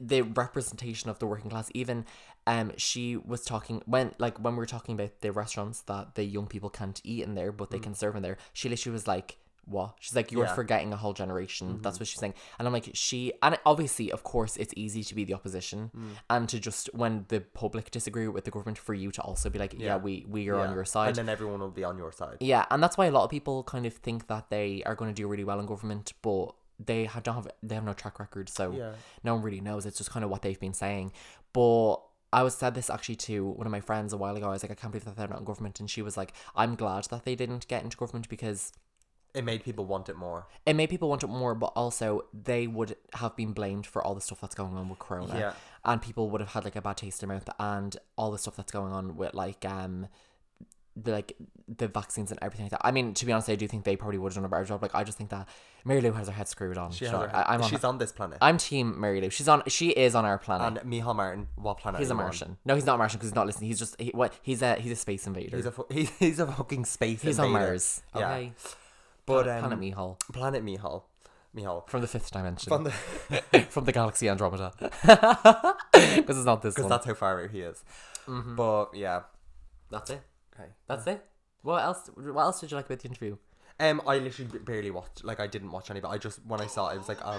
the representation of the working class. Even, um, she was talking when like when we were talking about the restaurants that the young people can't eat in there, but they can serve in there. She literally was like. What she's like, you're Mm. Yeah. Mm-hmm. forgetting a whole generation. That's what she's saying, and I'm like, she and obviously, of course, it's easy to be the opposition Mm. and to just when the public disagree with the government, for you to also be like, yeah, Yeah. we we are Yeah. on your side. and then everyone will be on your side. yeah, and that's why a lot of people kind of think that they are going to do really well in government, but they have, don't have they have no track record, so Yeah. no one really knows. It's just kind of what they've been saying. But I was said this actually to one of my friends a while ago. I was like, I can't believe that they're not in government, and she was like, I'm glad that they didn't get into government because It made people want it more. it made people want it more, but also they would have been blamed for all the stuff that's going on with Corona. Yeah. And people would have had like a bad taste in their mouth and all the stuff that's going on with like um the, like the vaccines and everything like that. I mean, to be honest, I do think they probably would have done a better job. Like I just think that Mary Lou has her head screwed on. She has Sure, her- I, am on she's on this planet. I'm team Mary Lou. She's on she is on our planet. and Michal Martin, what planet? he's are a you on? Martian. No, he's not a Martian because he's not listening. He's just he, what he's a he's a space invader. He's He's, a fu- he's, he's a fucking space invader. on Mars. Yeah. Okay. But Planet- um, Planet Mihal. Planet Mihal. Mihal. From the fifth dimension. From the from the galaxy Andromeda. Because it's not this because one. that's how far out he is. But yeah. that's it. Okay. That's it. What else? What else did you like about the interview? Um, I literally b- barely watched. Like, I didn't watch any, but I just when I saw it, I was like, oh,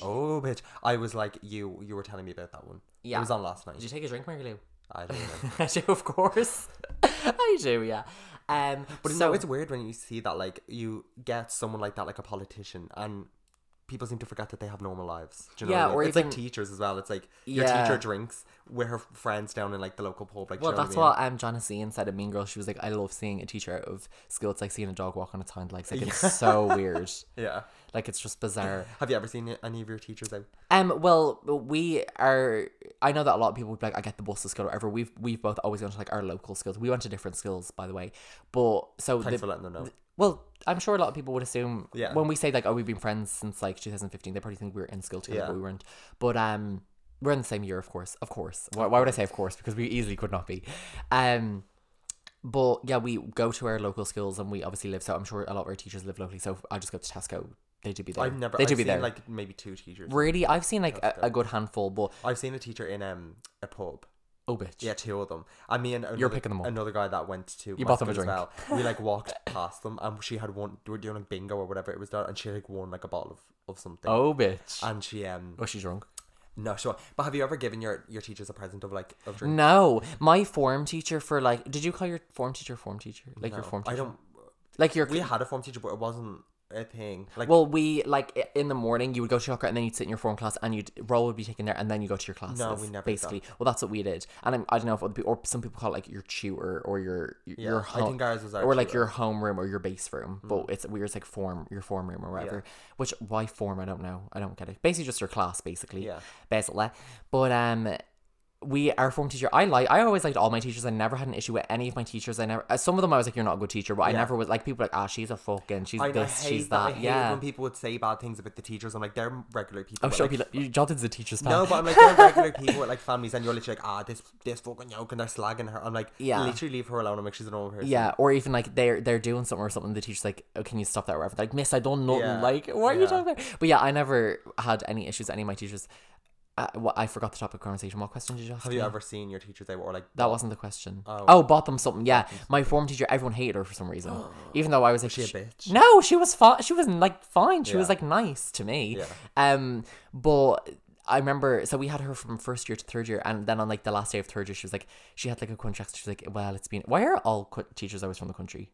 oh, bitch. I was like, you, you were telling me about that one. Yeah. it was on last night. Did you take a drink, Mary Lou? I don't know. I do, of course. I do, yeah. Um, But so, no, it's weird when you see that, like, you get someone like that, like a politician, and people seem to forget that they have normal lives. Do you know Yeah, what I mean? or it's like even- teachers as well. It's like your Yeah. teacher drinks with her friends down in like the local pub. Like, do well, you know that's what, I mean? what um Jonna Sean said at Mean Girl. She was like, "I love seeing a teacher out of school. It's like seeing a dog walk on its hind legs. Like it's so weird. Yeah. Like it's just bizarre." Have you ever seen any of your teachers out? Um, well, we are. I know that a lot of people would be like, "I get the bus to school or whatever." We've we've both always gone to like our local schools. We went to different schools, by the way. But so Thanks the, for letting them know. Well, I'm sure a lot of people would assume Yeah. when we say like, oh, we've been friends since like 2015, they probably think we were in school together, Yeah. but we weren't. But um, we're in the same year, of course, of course. Why, why would I say of course? Because we easily could not be. Um, but yeah, we go to our local schools and we obviously live. So I'm sure a lot of our teachers live locally. So I just go to Tesco. They do be there. I've never. They I've do be seen there. like maybe two teachers. really, I've seen like a, a good handful, but I've seen a teacher in um a pub. oh bitch, Yeah, two of them. I mean, another, picking them up. Another guy that went to You my bought them a school as drink. well. We like walked past them, and she had one. They were doing like bingo or whatever it was done, and she had like won like a bottle of, of something. oh bitch. And she um oh, she's drunk. no sure. But have you ever given your your teachers a present of like of drink? No, my form teacher for like, did you call your form teacher form teacher? Like your No, form teacher? I don't. Like your We had a form teacher, but it wasn't a thing. Like Well, we like i- in the morning you would go to soccer and then you'd sit in your form class and you'd roll would be taken there and then you go to your classes. we never did basically. Well, that's what we did, and I'm, I don't know if it would be or some people call it like your tutor or your y- yeah, your I home think ours was our or like tutor. your homeroom or your base room, Mm-hmm. but it's weird. It's like form your form room or whatever. Which why form? I don't know. I don't get it. Basically, just your class, basically. Yeah. Basically, but um. We, our form teacher, I like. I always liked all my teachers. I never had an issue with any of my teachers. I never. uh, Some of them I was like, "You're not a good teacher," but I Yeah. never was like people were like, "Ah, she's a fucking, she's I, know, I this, hate she's that. I that." hate yeah. when people would say bad things about the teachers. I'm like they're regular people. Oh, but, sure. like, be like, you- Jonathan's a teacher's pet. No, but I'm like they're regular people with like families, and you're literally like, ah, this this fucking yoke, and they're slagging her. I'm like, Yeah. yeah, literally leave her alone. I'm like, she's a normal person. yeah, or even like they're they're doing something or something. The teacher's like, "Oh, can you stop that?" Or whatever. Like, Miss, I don't know. Yeah, Like, what are you yeah. talking about? But yeah, I never had any issues. with Any of my teachers. Uh, well, I forgot the topic of conversation. What question did you ask? Have you me? ever seen your teachers? They were like, That wasn't the question. Oh. Oh. bought them something. Yeah, my form teacher. Everyone hated her for some reason, even though I was like, she a bitch? No, she was fine. She was like fine. She was Yeah. like nice to me. Yeah. Um, but I remember. So we had her from first year to third year, and then on like the last day of third year, she was like, she had like a contract. She was like, well, it's been. Why are all qu- teachers always from the country?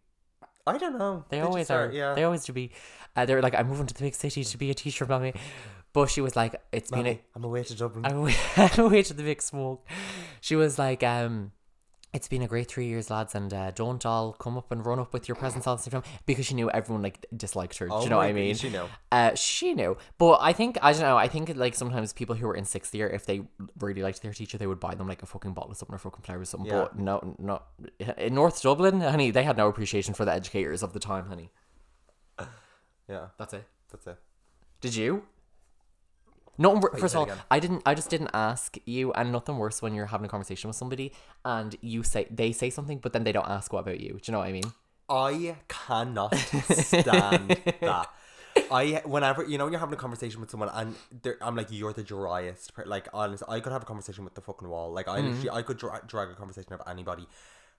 I don't know. They just always are. Yeah. They always do be. Uh, they're like, I'm moving to the big city to be a teacher, mommy. But she was like, it's been. A- Mommy, I'm away to Dublin. I w- I went to the big smoke. She was like, um, it's been a great three years, lads, and uh, don't all come up and run up with your presents all at the same time because she knew everyone like disliked her. do Oh you know what my I mean? goodness, you know. Uh, she knew, but I think I don't know. I think like sometimes people who were in sixth year, if they really liked their teacher, they would buy them like a fucking bottle of something or fucking flower or something. Yeah. But no, no, in North Dublin, honey, they had no appreciation for the educators of the time, honey. yeah, That's it. that's it. Did you? Nothing. wor- first say of it all, again. I didn't. I just didn't ask you, and nothing worse when you're having a conversation with somebody and you say they say something, but then they don't ask what about you. Do you know what I mean? I cannot stand that. I whenever you know when you're having a conversation with someone and they're- I'm like you're the driest per-" like honest I could have a conversation with the fucking wall like Mm-hmm. I literally I could dra- drag a conversation of anybody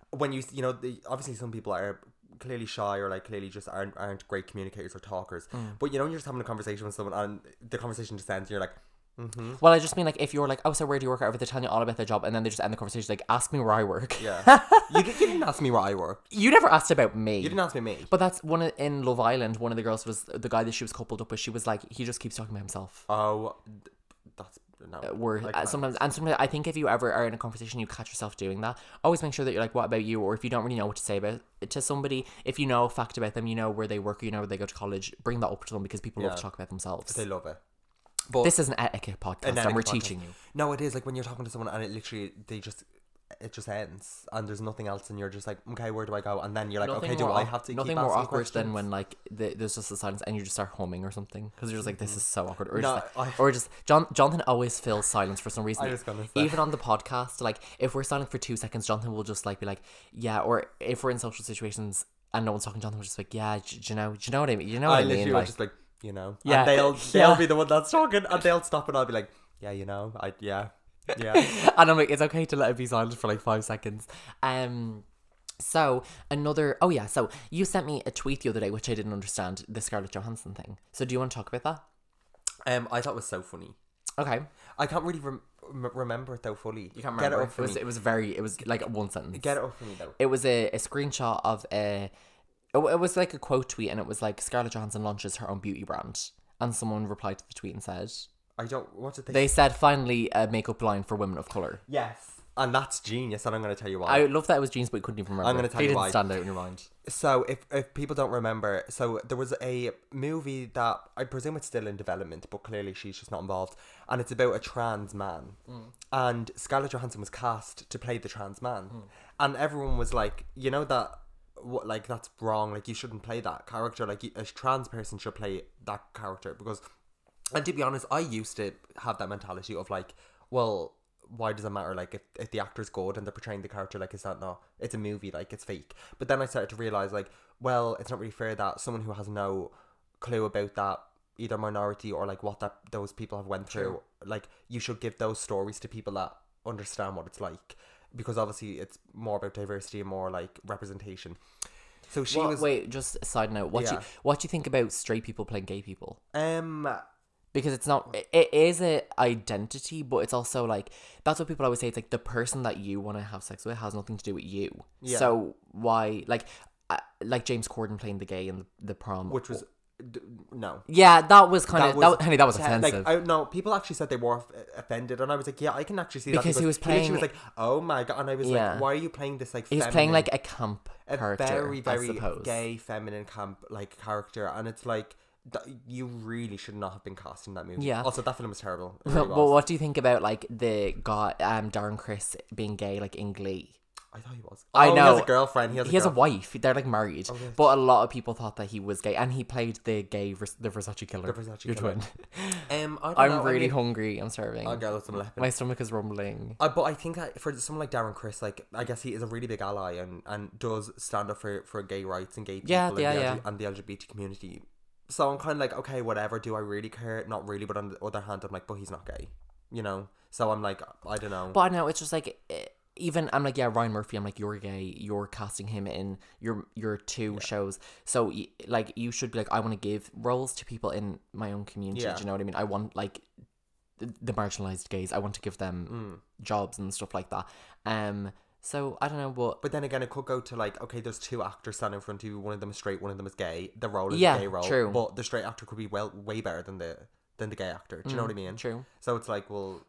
when you s- you know the, obviously some people are clearly shy or like clearly just aren't aren't great communicators or talkers Mm. but you know when you're just having a conversation with someone and the conversation just ends and you're like Hmm. Well, I just mean like if you're like, oh, so where do you work? Or if they tell you all about their job, and then they just end the conversation like, ask me where I work. yeah you, di- you didn't ask me where I work You never asked about me. you didn't ask me me But that's one of, in Love Island. One of the girls was the guy that she was coupled up with. She was like, he just keeps talking about himself. oh th- that's no Where I uh, can't. sometimes and sometimes I think if you ever are in a conversation, you catch yourself doing that. Always make sure that you're like, what about you? Or if you don't really know what to say about to somebody, if you know a fact about them, you know where they work, you know where they go to college, bring that up to them because people love Yeah. to talk about themselves. they love it but this is an etiquette podcast, An and we're etiquette podcast. teaching you. No, it is like when you're talking to someone and it literally they just it just ends and there's nothing else and you're just like okay where do I go and then you're like okay do more I awk- have to keep nothing more asking awkward questions? than when like the, there's just a silence and you just start humming or something because you're just like this is so awkward or Mm. No, just like, I- or just John Jonathan always fills silence for some reason I was gonna say. even on the podcast like if we're silent for two seconds Jonathan will just like be like yeah or if we're in social situations and no one's talking Jonathan will just be like yeah d- do you know do you know what I mean you know what I I mean literally like, was just like you know yeah Yeah. and they'll they'll Yeah. be the one that's talking and they'll stop and I'll be like yeah you know I yeah yeah and I'm like, it's okay to let it be silent for like five seconds. Um, So another oh yeah, so you sent me a tweet the other day which I didn't understand, the Scarlett Johansson thing. So do you want to talk about that? Um, I thought it was so funny. Okay. I can't really rem- rem- remember it though fully. You can't Get remember. it up for was me. it was very it was like one sentence. Get it up for me though. It was a, a screenshot of a it wa- it was like a quote tweet and it was like Scarlett Johansson launches her own beauty brand and someone replied to the tweet and said I don't. What did they? they said finally a makeup line for women of color. yes, and that's genius, and I'm going to tell you why. I love that it was jeans, but you couldn't even remember. Oh. I'm gonna it. tell They you didn't why. stand out in your mind. So if if people don't remember, so there was a movie that I presume it's still in development, but clearly she's just not involved, and it's about a trans man, and Scarlett Johansson was cast to play the trans man, and everyone was like, you know that. What like that's wrong. Like you shouldn't play that character. Like you- a trans person should play that character because, and to be honest, I used to have that mentality of like, well, why does it matter? Like, if, if the actor's good and they're portraying the character, like, is that not? It's a movie, like, it's fake. But then I started to realize, like, well, it's not really fair that someone who has no clue about that either minority or like what that those people have went through, like, you should give those stories to people that understand what it's like because obviously it's more about diversity and more like representation. So she What- was wait, just a side note. What do you Yeah. what do you think about straight people playing gay people? um because it's not it- it is a identity but it's also like that's what people always say it's like the person that you want to have sex with has nothing to do with you Yeah. so why like uh, like james corden playing the gay in the, the prom which was d- no yeah that was kind of That that was- was, honey that was Yeah, offensive Like, I, no, people actually said they were off- uh, offended, and I was like, yeah, I can actually see Because that. he was She playing- was like, oh my god, and I was Yeah. like, why are you playing this like? he was playing like a camp a character very i very suppose gay feminine camp like character, and it's like. That, you really should not have been cast in that movie. Yeah. Also, that film was terrible. It but, really but was. what do you think about like the guy um darren chris being gay like in glee I thought he was. I Oh, He has know. a girlfriend. He has, he a, has a girl- Oh, wife. They're like married, but a lot of people thought that he was gay, and he played the gay, Vers- the Versace killer, Versace your killer. twin. Um, I don't I'm know, I really mean- hungry. I'm starving. Oh, girl, that's some left. My stomach is rumbling. Uh, but I think that for someone like Darren Chris, like I guess he is a really big ally and, and does stand up for, for gay rights and gay people Yeah, and, yeah, the yeah. LG and the LGBT community. So I'm kind of like, okay, whatever. Do I really care? Not really. But on the other hand, I'm like, but he's not gay, you know. So I'm like, I don't know. But I know it's just like eh, even I'm like yeah, Ryan Murphy. I'm like you're gay. You're casting him in your your two shows. So y- like you should be like I want to give roles to people in my own community. Yeah. Do you know what I mean? I want like th- the marginalized gays. I want to give them jobs and stuff like that. Um. So I don't know what. but then again, it could go to like, okay, there's two actors standing in front of you. One of them is straight. One of them is gay. The role is Yeah, a gay role. true. But the straight actor could be well way better than the than the gay actor. Do you know what I mean? Mm, true. So it's like, well,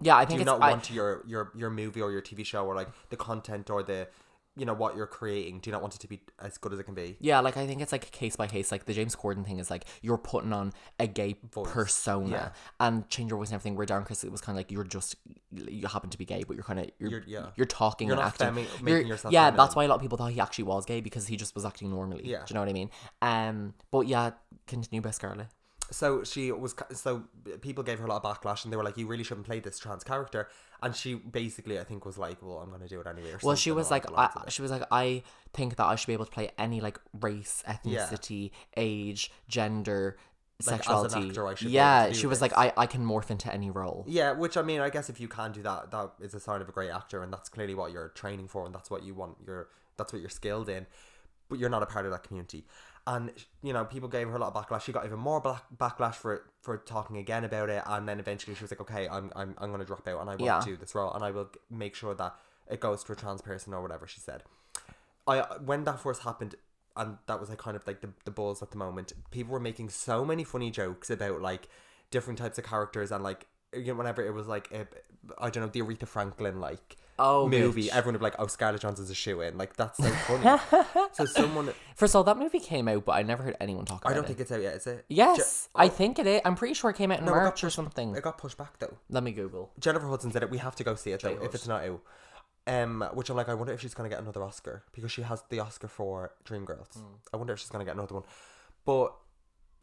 Yeah, I do think you it's not I- want your your your movie or your TV show or like the content or the you know what you're creating? Do you not want it to be as good as it can be? Yeah, like I think it's like case by case. Like the James Corden thing is like you're putting on a gay persona yeah. and change your voice and everything. Where Darren Chris, it was kind of like you're just you happen to be gay, but you're kind of you're You're- yeah. you're talking You're and not acting. femi- making You're- yourself yeah, feminine. that's why a lot of people thought he actually was gay because he just was acting normally. Yeah. do you know what I mean? Um, but yeah, continue, by Scarlett. So she was ca- so people gave her a lot of backlash and they were like, you really shouldn't play this trans character. And she basically, I think, was like, well, I'm gonna do it anyway. Or Well, she something was along like, the I, lines of it. she was like, I think that I should be able to play any like race, ethnicity, age, gender, Like, as an sexuality. actor, I should be able yeah, to do she was this. like, I I can morph into any role. yeah, which I mean, I guess if you can do that, that is a sign of a great actor, and that's clearly what you're training for, and that's what you want. Your that's what you're skilled in, but you're not a part of that community. And you know, people gave her a lot of backlash. She got even more black backlash for for talking again about it, and then eventually she was like, "Okay, I'm I'm, I'm gonna drop out, and I will Yeah. do this role, and I will g- make sure that it goes to a trans person or whatever." She said. I uh, when that first happened, and that was like kind of like the, the buzz at the moment. People were making so many funny jokes about like different types of characters and like you know, whenever it was like I I don't know the Aretha Franklin like Oh, movie, bitch. everyone would be like, "Oh, Scarlett Johansson's a shoe in." Like that's so funny. so someone, First of all, that movie came out, but I never heard anyone talk about I don't it. think it's out yet, is it? Yes, Je- I think it is. I'm pretty sure it came out in No, it got March or something. it got pushed back though. Let me Google. Jennifer Hudson said it. We have to go see it though, Jane if it's not out. Um, which I'm like, I wonder if she's gonna get another Oscar because she has the Oscar for Dreamgirls. Hmm. I wonder if she's gonna get another one. But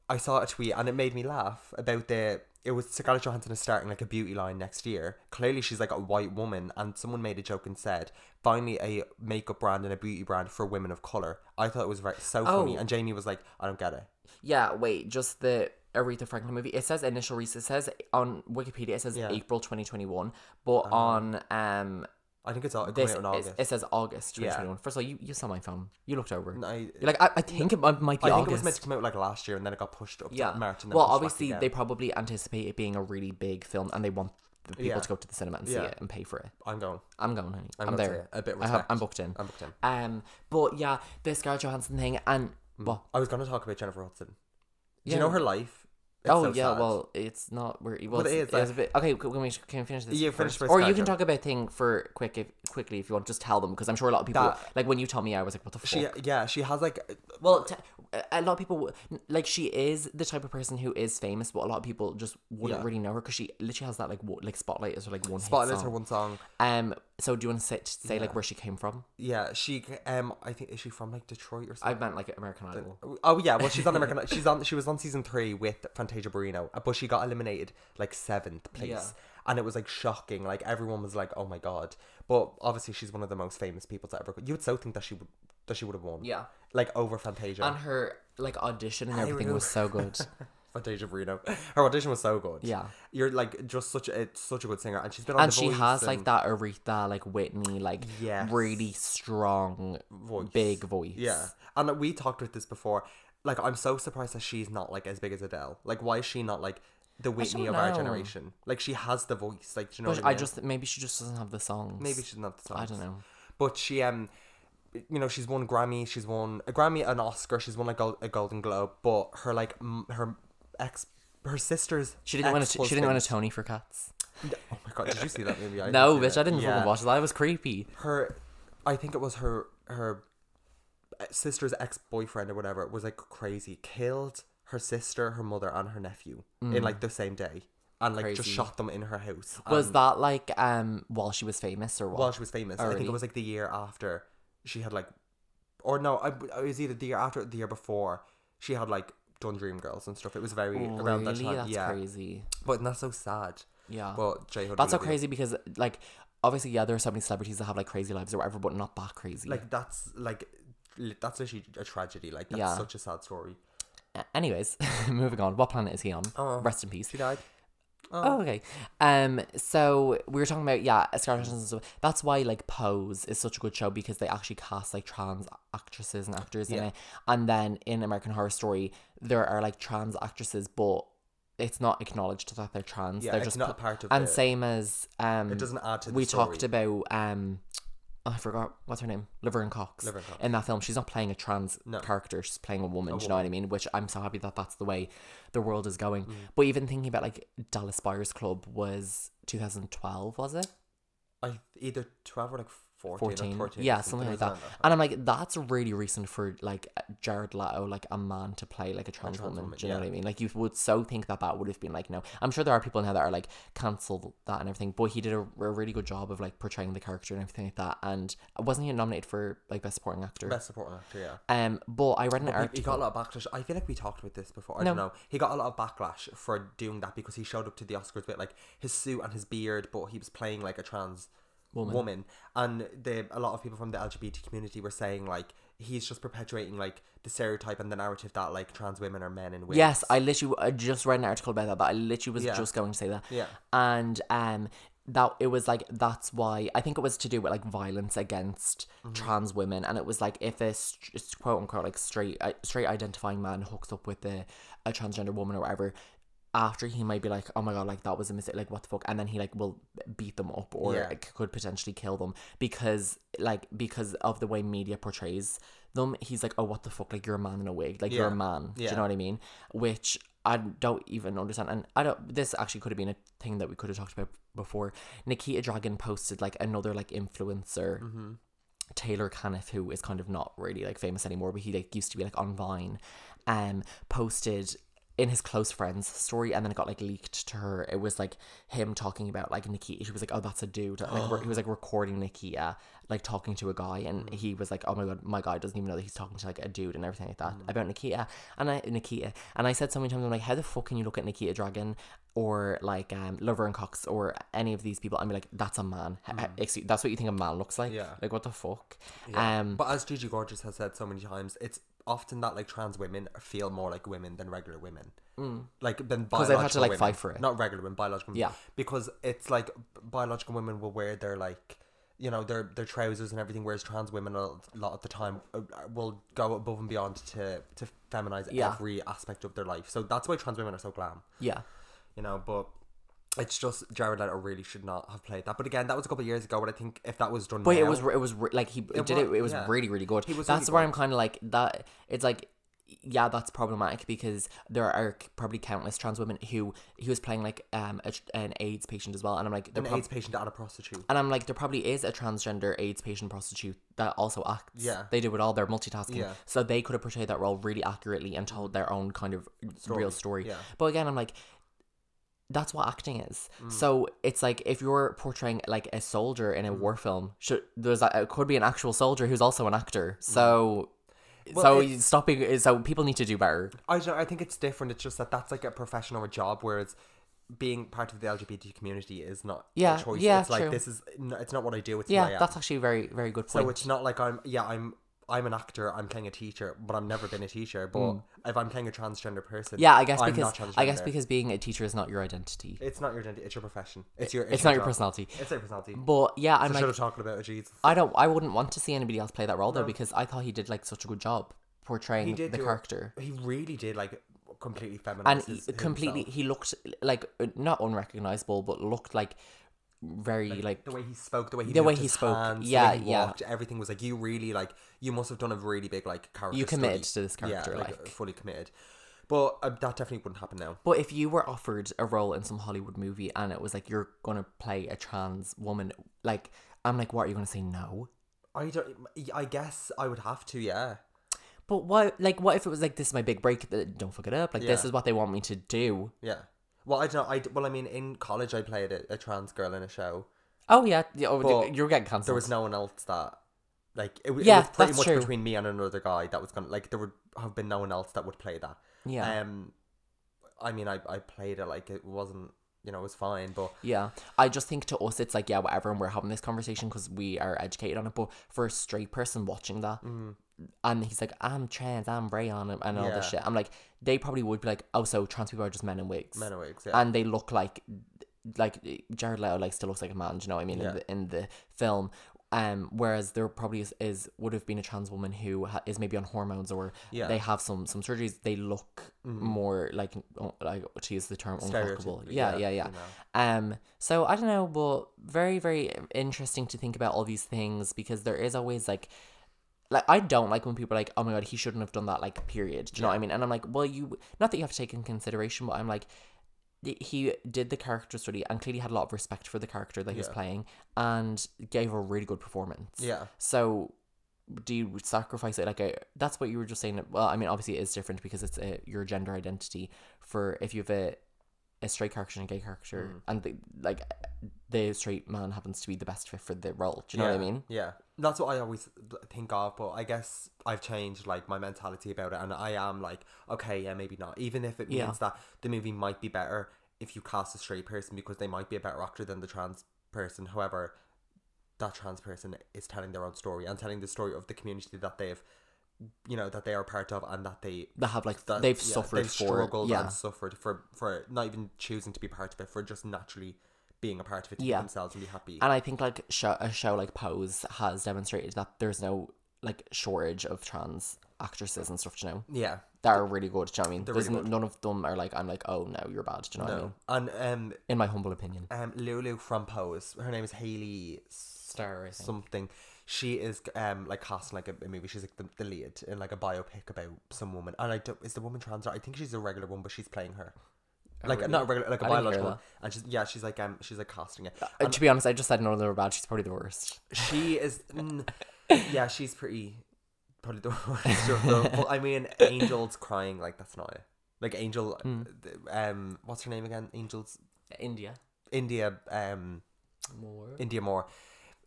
I saw a tweet and it made me laugh about the. It was Scarlett Johansson is starting like a beauty line next year. Clearly, she's like a white woman, and someone made a joke and said, "Finally, a makeup brand and a beauty brand for women of color." I thought it was very so funny, Oh. and Jamie was like, "I don't get it." Yeah, wait, just the Aretha Franklin movie. It says initial release. It says on Wikipedia. It says Yeah. April 2021, but on um I think it's all coming This Oh, out in is, August. it says August Yeah. 2021. First of all, you, you saw my phone. You looked over. And I, You're like, I, I think it might, might be I think August. it was meant to come out like last year, and then it got pushed up yeah. to March. And then well, pushed back obviously, again. they probably anticipate it being a really big film and they want the people Yeah. to go to the cinema and see Yeah. it and pay for it. I'm going. I'm going, honey. I'm, gonna say there. it. A bit I have, respect. I'm booked in. I'm booked in. Um, but yeah, the Scarlett Johansson thing and well, Mm. I was gonna talk about Jennifer Hudson. Do Yeah. you know her life? It's oh so yeah, sad. well, it's not where well, But it it's- is, it like- was a bit okay. Can we can we finish this? Yeah, finish first? with or you can Scarlett. talk about thing for quick if quickly if you want. Just tell them because I'm sure a lot of people That- like when you told me I was like, what the fuck. she yeah she has like well, t- a lot of people w- like she is the type of person who is famous, but a lot of people just wouldn't Yeah. really know her because she literally has that like w- like spotlight is her like one spotlight hit is her song. one song. Um, so do you want to say, say like where she came from? Yeah, she um I think is she from like Detroit or something. I meant like American Idol. Oh yeah, well she's on American. she's on. She was on season three with Fantasia Barrino, but she got eliminated like seventh place, Yeah. and it was like shocking. Like everyone was like, "Oh my god!" But obviously, she's one of the most famous people to ever. You would so think that she would that she would have won. Yeah. like over Fantasia. And her like audition and everything know. was so good. Fantasia Barrino. Her audition was so good. Yeah. you're like just such a such a good singer, and she's been on and The she Voice has like and- that Aretha, like Whitney, like Yes. really strong, big voice. Yeah, and we talked about this before. Like, I'm so surprised that she's not like as big as Adele. Like, why is she not like the Whitney of don't our know. generation? Like, she has the voice. Like, do you know? But what I, I mean? just maybe she just doesn't have the songs. maybe she's not the songs. I don't know. But she um, you know, she's won Grammy. She's won a Grammy, an Oscar. She's won like a Golden Globe. But her like m- her ex. Her sister's. She didn't win. A, she didn't win a ex-husband- Tony for Cats. Oh my god! Did you see that movie? I No, didn't bitch, see I that. didn't Yeah. fucking watch that. It was creepy. her i think it was her her sister's ex-boyfriend or whatever was like crazy killed her sister her mother and her nephew in like the same day and like just Mm. Crazy. shot them in her house Was And that like um while she was famous or what? while she was famous i think Already? it was like the year after she had like or no I, it was either the year after or the year before she had like done dreamgirls and stuff it was very around that Really? time That's yeah crazy. but and that's so sad Yeah. but j Hood That's so really- crazy because like obviously yeah there are so many celebrities that have like crazy lives or whatever, but not that crazy. like that's like li- that's literally a tragedy like that's Yeah. such a sad story A- anyways, moving on. What planet is he on? Oh. Rest in peace. she died Oh, okay. Um, so we were talking about yeah, Scarlett Johansson. and stuff. That's why like Pose is such a good show because they actually cast like trans actresses and actors in Yeah. it. And then in American Horror Story, there are like trans actresses, but it's not acknowledged that they're trans. Yeah, they're it's just not pl- part of And the- same as um, It doesn't add to the we story. talked about um. oh, I forgot what's her name, Laverne Cox. Laverne Cox. In that film, she's not playing a trans No. character; she's playing a woman. do you know what I mean? Which I'm so happy that that's the way the world is going. Mm. But even thinking about like Dallas Buyers Club was 2012, was it? I either twelve or like fourteen, 14, or fourteen. yeah, something like that. And I'm like, that's really recent for like Jared Leto, like a man to play like a trans, trans woman. woman, Do you know yeah. what I mean? Like you would so think that that would have been like no. I'm sure there are people now that are like cancel that and everything, but he did a, a really good job of like portraying the character and everything like that. And wasn't he nominated for like best supporting actor? Best supporting actor, yeah. Um, but I read an He- He, article. got a lot of backlash. I feel like we talked about this before. I No. don't know. He got a lot of backlash for doing that because he showed up to the Oscars with like his suit and his beard, but he was playing like a trans woman. And the a lot of people from the LGBT community were saying like he's just perpetuating like the stereotype and the narrative that like trans women are men in wigs. Yes, I literally I just read an article about that, but I literally was Yeah. just going to say that. Yeah. And um that it was like that's why I think it was to do with like violence against Mm-hmm. trans women, and it was like if a st- s- quote unquote like straight uh, straight identifying man hooks up with a, a transgender woman or whatever. After he might be like, oh my god, like that was a mistake, like what the fuck, and then he like will beat them up or Yeah. like, could potentially kill them because like because of the way media portrays them, he's like, oh what the fuck, like you're a man in a wig, like you're a Yeah. man, do you Yeah. know what I mean? Which I don't even understand. And I don't, this actually could have been a thing that we could have talked about before. Nikita Dragon posted like another like influencer, Taylor Caniff, who is kind of not really like famous anymore, but he like used to be like on Vine, um, posted in his close friend's story and then it got like leaked to her it was like him talking about like Nikita she was like oh that's a dude and, like, re- he was like recording Nikita like talking to a guy Mm. and he was like oh my god my guy doesn't even know that he's talking to like a dude and everything like that Mm. about Nikita and I Nikita and I said so many times I'm like how the fuck can you look at Nikita Dragon or like um Laverne Cox or any of these people and be like that's a man H- h- excuse, that's what you think a man looks like Mm. Yeah. like what the fuck um But as Gigi Gorgeous has said so many times, it's often that like trans women feel more like women than regular women. Mm. Like than biological they've had to, like, women. fight for it. Not regular women, biological. women. Yeah. Because it's like b- biological women will wear their like you know their their trousers and everything. Whereas trans women a lot of the time uh, will go above and beyond to to feminize Yeah. every aspect of their life. So that's why trans women are so glam, Yeah. you know. But it's just Jared Leto really should not have played that. But again, that was a couple of years ago. But I think if that was done, But now, it was re- it was re- like he It did wa- it. It was yeah. really really good. He was that's really where good. I'm kind of like that. It's like yeah, that's problematic because there are c- probably countless trans women who he was playing like um a, an AIDS patient as well, and I'm like they're an prob- AIDS patient and a prostitute. and I'm like there probably is a transgender AIDS patient prostitute that also acts. Yeah. they do it all. They're multitasking. Yeah. so they could have portrayed that role really accurately and told their own kind of real story. Yeah. But again, I'm like, that's what acting is. Mm. So it's like if you're portraying like a soldier Mm. in a war film, should there's a, it could be an actual soldier who's also an actor. So. Mm. Well, so it's- stopping so people need to do better. I don't know, I think it's different. It's just that that's like a profession or a job, whereas being part of the LGBT community is not Yeah, a choice. yeah, it's like true. this is no, it's not what I do. It's who I Yeah, am. that's actually a very very good point. so it's not like I'm yeah I'm I'm an actor. I'm playing a teacher, but I've never been a teacher. But if I'm playing a transgender person, Mm. yeah, I guess I'm because not I guess transgender. because being a teacher is not your identity. it's not your identity. It's your profession. It's your. It's, it's not your job. personality. It's your personality. But yeah, I'm I should like have talked about it. Jesus. I don't. I wouldn't want to see anybody else play that role though, because I thought he did like such a good job portraying did the do a- character, He really did like completely and feminize he, his- completely himself. he looked like uh, not unrecognizable, but looked like very like, the way he spoke, the way he The way moved he his spoke, hands, the yeah, way he yeah. walked, everything was like you really like you must have done a really big like character. You committed study. to this character, yeah, uh, like. fully committed. But uh, that definitely wouldn't happen now. But if you were offered a role in some Hollywood movie and it was like you're gonna play a trans woman, like I'm like, what are you gonna say no? I don't. I guess I would have to. Yeah. But what like what if it was like this is my big break? uh, Don't fuck it up. Like this Yeah. is what they want me to do. Yeah. Well, I don't know. I well, I mean, in college, I played a, a trans girl in a show. Oh yeah, yeah, oh, But you're getting There cancelled. was no one else that, like, it, wa- it Yeah, was pretty that's much true. between me and another guy that was gonna like. There would have been no one else that would play that. yeah. Um, I mean, I I played it like it wasn't. You know, it was fine, but Yeah, I just think to us it's like yeah, whatever, and we're having this conversation because we are educated on it. But for a straight person watching that, Mm. and he's like, "I'm trans, I'm rayon, and, and all this Yeah. shit," I'm like, they probably would be like, "Oh, so trans people are just men in wigs, Menowigs, yeah. and they look like like Jared Leto like still looks like a man. Do you know what I mean Yeah. in the in the film." Um, whereas there probably is, is would have been a trans woman who ha- is maybe on hormones or Yeah. Mm-hmm. they have some some surgeries. They look more like un- like to use the term unfuckable. Stereotypically, Yeah, yeah, yeah, yeah. you know. Um, so I don't know, but very, very interesting to think about all these things because there is always like, like I don't like when people are like, oh my god, he shouldn't have done that. Like, period. Do you know what I mean? And I'm like, well, you not that you have to take in consideration, but I'm like, th- he did the character study and clearly had a lot of respect for the character that he was Yeah. playing and gave a really good performance. yeah. So do you sacrifice it like a that's what you were just saying well i mean obviously it is different because it's a, your gender identity for if you have a a straight character and a gay character Mm. and the, like the straight man happens to be the best fit for the role do you know yeah, what i mean Yeah, that's what I always think of. But I guess I've changed like my mentality about it, and I am like, okay, yeah, maybe not. Even if it means Yeah. that the movie might be better if you cast a straight person because they might be a better actor than the trans person. However, that trans person is telling their own story and telling the story of the community that they've, you know, that they are part of and that they they have like that, they've yeah, suffered they've for it. struggled yeah and suffered for for not even choosing to be part of it for just naturally being a part of it to be Yeah. themselves and be happy. and i think like show, a show like pose has demonstrated that there's no like shortage of trans actresses and stuff do you know yeah. that are really good do you know what i mean They're there's really n- none of them are like i'm like oh no you're bad do you know what i mean No. And um in my humble opinion um, Lulu from Pose. Her name is Haley Starr, I think. something. She is um like cast in, like a, a movie. She's like the, the lead in like a biopic about some woman. And I don't, is the woman trans? Or I think she's a regular one, but she's playing her. Like Oh, really? not regular, like a I didn't hear biological. that. one. And she's yeah, she's like um, she's like casting it. Uh, to be honest, I just said no, they were bad. She's probably the worst. She is, mm, yeah, she's pretty. Probably the worst of them. But I mean, Angel's crying like that's not it. Like Angel, Hmm. th- um, what's her name again? Angel's India. India, um, More. India Moore.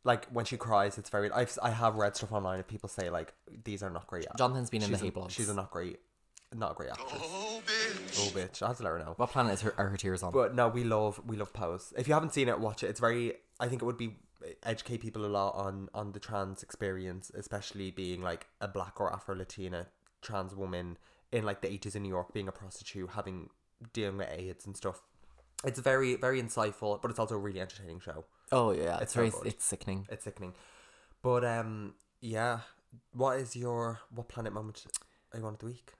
Like when she cries, it's very. I've I have read stuff online of people say like these are not great. act- Jonathan's been in she's the hate a, blogs. she's a not great, not a great actress. Oh, bitch. Oh bitch, I have to let her know. What planet is her, are her tears on? But no, we love we love Pose. If you haven't seen it, watch it. It's very. I think it would be educate people a lot on on the trans experience, especially being like a black or Afro Latina trans woman in like the eighties in New York, being a prostitute, having dealing with AIDS and stuff. It's very very insightful, but it's also a really entertaining show. Oh yeah, it's, very terrible. it's sickening. It's sickening. But um, yeah. What is your what planet moment are you on of the week?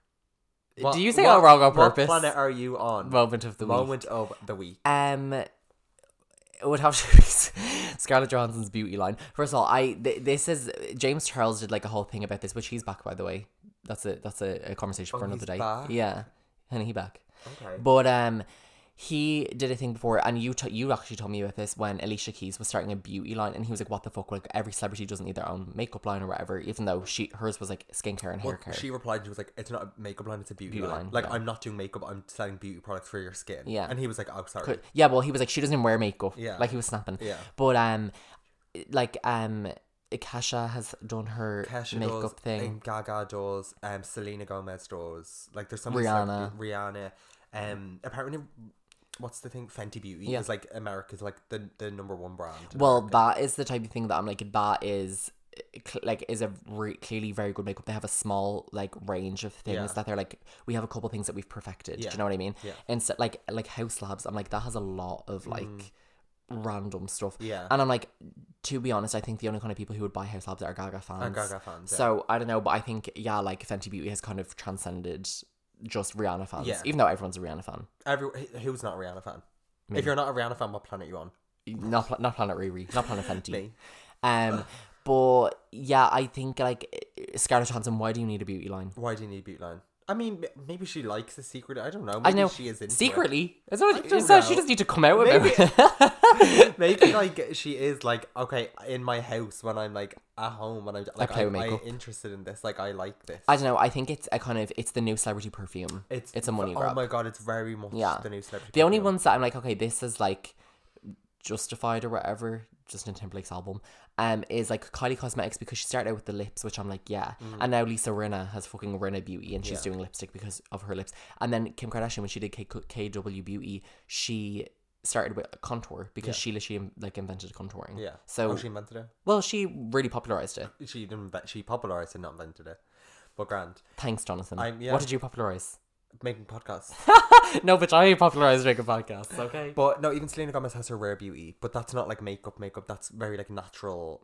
What- Do you say what- all wrong on What purpose? planet are you on? Moment of the week. moment of the week. Um, it would have to be Scarlett Johansson's beauty line. First of all, I th- this is James Charles did like a whole thing about this, which he's back by the way. That's a that's a, a conversation Oh, for another he's day. back? Yeah, and he back. Okay. But um, he did a thing before, and you t- you actually told me about this when Alicia Keys was starting a beauty line, and he was like, "What the fuck? Like every celebrity doesn't need their own makeup line or whatever." Even though she hers was like skincare and Well, hair care. she replied and she was like, It's not a makeup line, it's a beauty, Beauty line. line, Like yeah. I'm not doing makeup, I'm selling beauty products for your skin. Yeah. And he was like, Oh sorry. But- yeah, well, he was like, she doesn't even wear makeup. Yeah. like he was snapping. Yeah. but um, like um, Kesha has done her Kesha makeup does, thing. and Gaga does, um, Selena Gomez does. Like there's some Rihanna. Rihanna. Um, apparently, what's the thing? Fenty Beauty Yeah. is like America's like the the number one brand. in Well, America. that is the type of thing that I'm like. That is uh, cl- like is a re- clearly very good makeup. They have a small like range of things Yeah. that they're like. We have a couple things that we've perfected. Do Yeah. you know what I mean? Yeah. Mm. And so, like like House Labs, I'm like that has a lot of like random stuff. Yeah. And I'm like, to be honest, I think the only kind of people who would buy House Labs are Gaga fans. Are Gaga fans. yeah. So I don't know, but I think yeah, like Fenty Beauty has kind of transcended just Rihanna fans. Yeah. Even though everyone's a Rihanna fan. Every, who- who's not a Rihanna fan? Me. If you're not a Rihanna fan, what planet are you on? Not Pla- not Planet Riri, not Planet Fenty. Me. Um, but yeah, I think like Scarlett Johansson. Why do you need a beauty line? Why do you need beauty line? I mean, m- maybe she likes it secretly. I don't know. I Maybe know she is into it. secretly. It's not. I don't It's not she know. doesn't need to come out with Maybe- it. Maybe like she is like okay in my house when I'm like at home when I'm like play I'm, with I'm makeup. interested in this like I like this. I don't know. I think it's a kind of it's the new celebrity perfume. it's it's a money Oh grab. my god, it's very much Yeah. the new celebrity. The only Perfume. ones that I'm like, okay, this is like justified or whatever, Justin Timberlake's album, um, is like Kylie Cosmetics because she started out with the lips, which I'm like, yeah. Mm. And now Lisa Rinna has fucking Rinna Beauty and she's doing lipstick because of her lips. And then Kim Kardashian, when she did K- KW Beauty, she started with contour because she literally like invented contouring. Yeah. So oh, she invented it. well, she really popularized it. She didn't. Invent, she popularized it, not invented it. But grand Thanks, Jonathan. I'm- yeah. What did you popularize? making podcasts. no, but I popularized making podcasts. Okay. but no, even Selena Gomez has her rare beauty, but that's not like makeup. Makeup that's very like natural.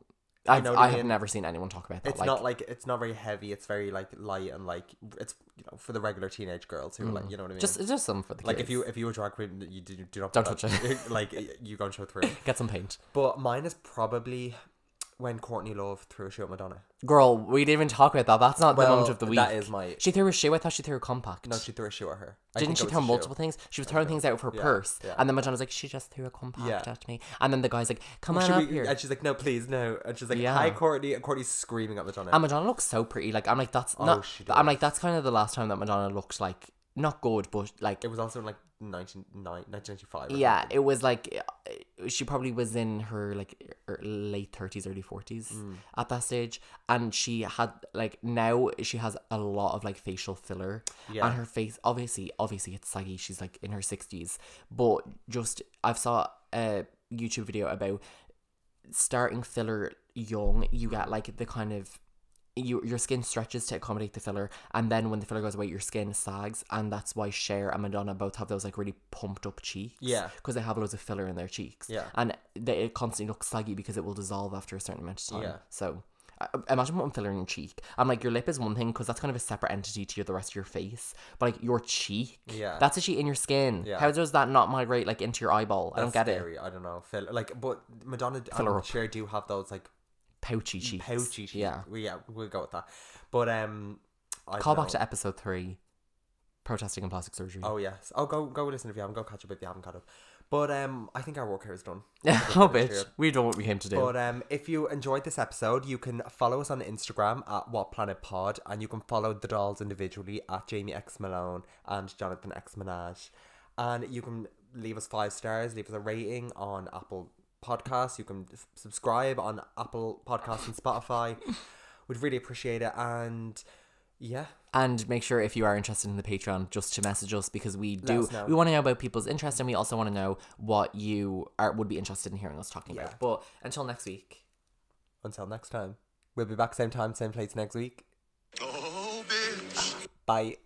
I've, know what I I have mean? never seen anyone talk about that. It's not like it's not very heavy. It's very like light and like it's you know for the regular teenage girls who are like you know what I mean. Mm. just just some for the like kids. if you if you were a drag queen, you do, do not Don't put touch that- like you go and show through. Get some paint. But mine is probably when Courtney Love threw a shoe at Madonna. Girl, we didn't even talk about that. That's not the Well, moment of the week. That is my. She threw a shoe. I thought she threw a compact. No, she threw a shoe at her. I Didn't think she it was throw a shoe. multiple things? She was throwing things out of her Yeah, purse. yeah. And then Madonna's like, she just threw a compact Yeah. at me. And then the guy's like, come on She up re- here. And she's like, no, please, no. And she's like, Yeah. Um, hi, Courtney. And Courtney's screaming at Madonna. And Madonna looks so pretty. Like, I'm like, that's not. Oh, she I'm like, that's kind of the last time that Madonna looked like, not good, but like, it was also in like 19, 1995. or yeah, something. it was like, uh, she probably was in her like er- late 30s, early 40s Mm. at that stage. And she had, like, now she has a lot of like facial filler. Yeah. and her face obviously obviously it's saggy she's like in her 60s but just i've saw a youtube video about starting filler young you get like the kind of you, your skin stretches to accommodate the filler and then when the filler goes away your skin sags and that's why Cher and Madonna both have those like really pumped up cheeks Yeah. because they have loads of filler in their cheeks Yeah. and they, it constantly looks saggy because it will dissolve after a certain amount of time Yeah. so I- I- imagine putting filler in your cheek I'm like your lip is one thing because that's kind of a separate entity to your, the rest of your face but like your cheek Yeah. that's actually in your skin Yeah. how does that not migrate like into your eyeball I don't get That's it scary. I don't know. Phil, like, but Madonna her and up. Cher do have those like pouchy cheeks pouchy cheeks. yeah We, yeah, we'll go with that. But, um, I don't Call back know. to episode three, protesting and plastic surgery. Oh, yes. Oh, go go listen if you haven't. Go catch up if you haven't caught up. But, um, I think our work here is done. oh bitch, we done what we came to do. But um, if you enjoyed this episode, you can follow us on Instagram at What Planet Pod, and you can follow the dolls individually at Jamie X Malone and Jonathan X Minaj, and you can leave us five stars, leave us a rating on Apple Podcasts. You can s- subscribe on Apple Podcasts and Spotify. We'd really appreciate it, and yeah, and make sure if you are interested in the Patreon, just to message us because we do. us know. We want to know about people's interest, and we also want to know what you are would be interested in hearing us talking Yeah. about. But until next week, until next time, we'll be back same time, same place next week. Oh, bitch. Bye.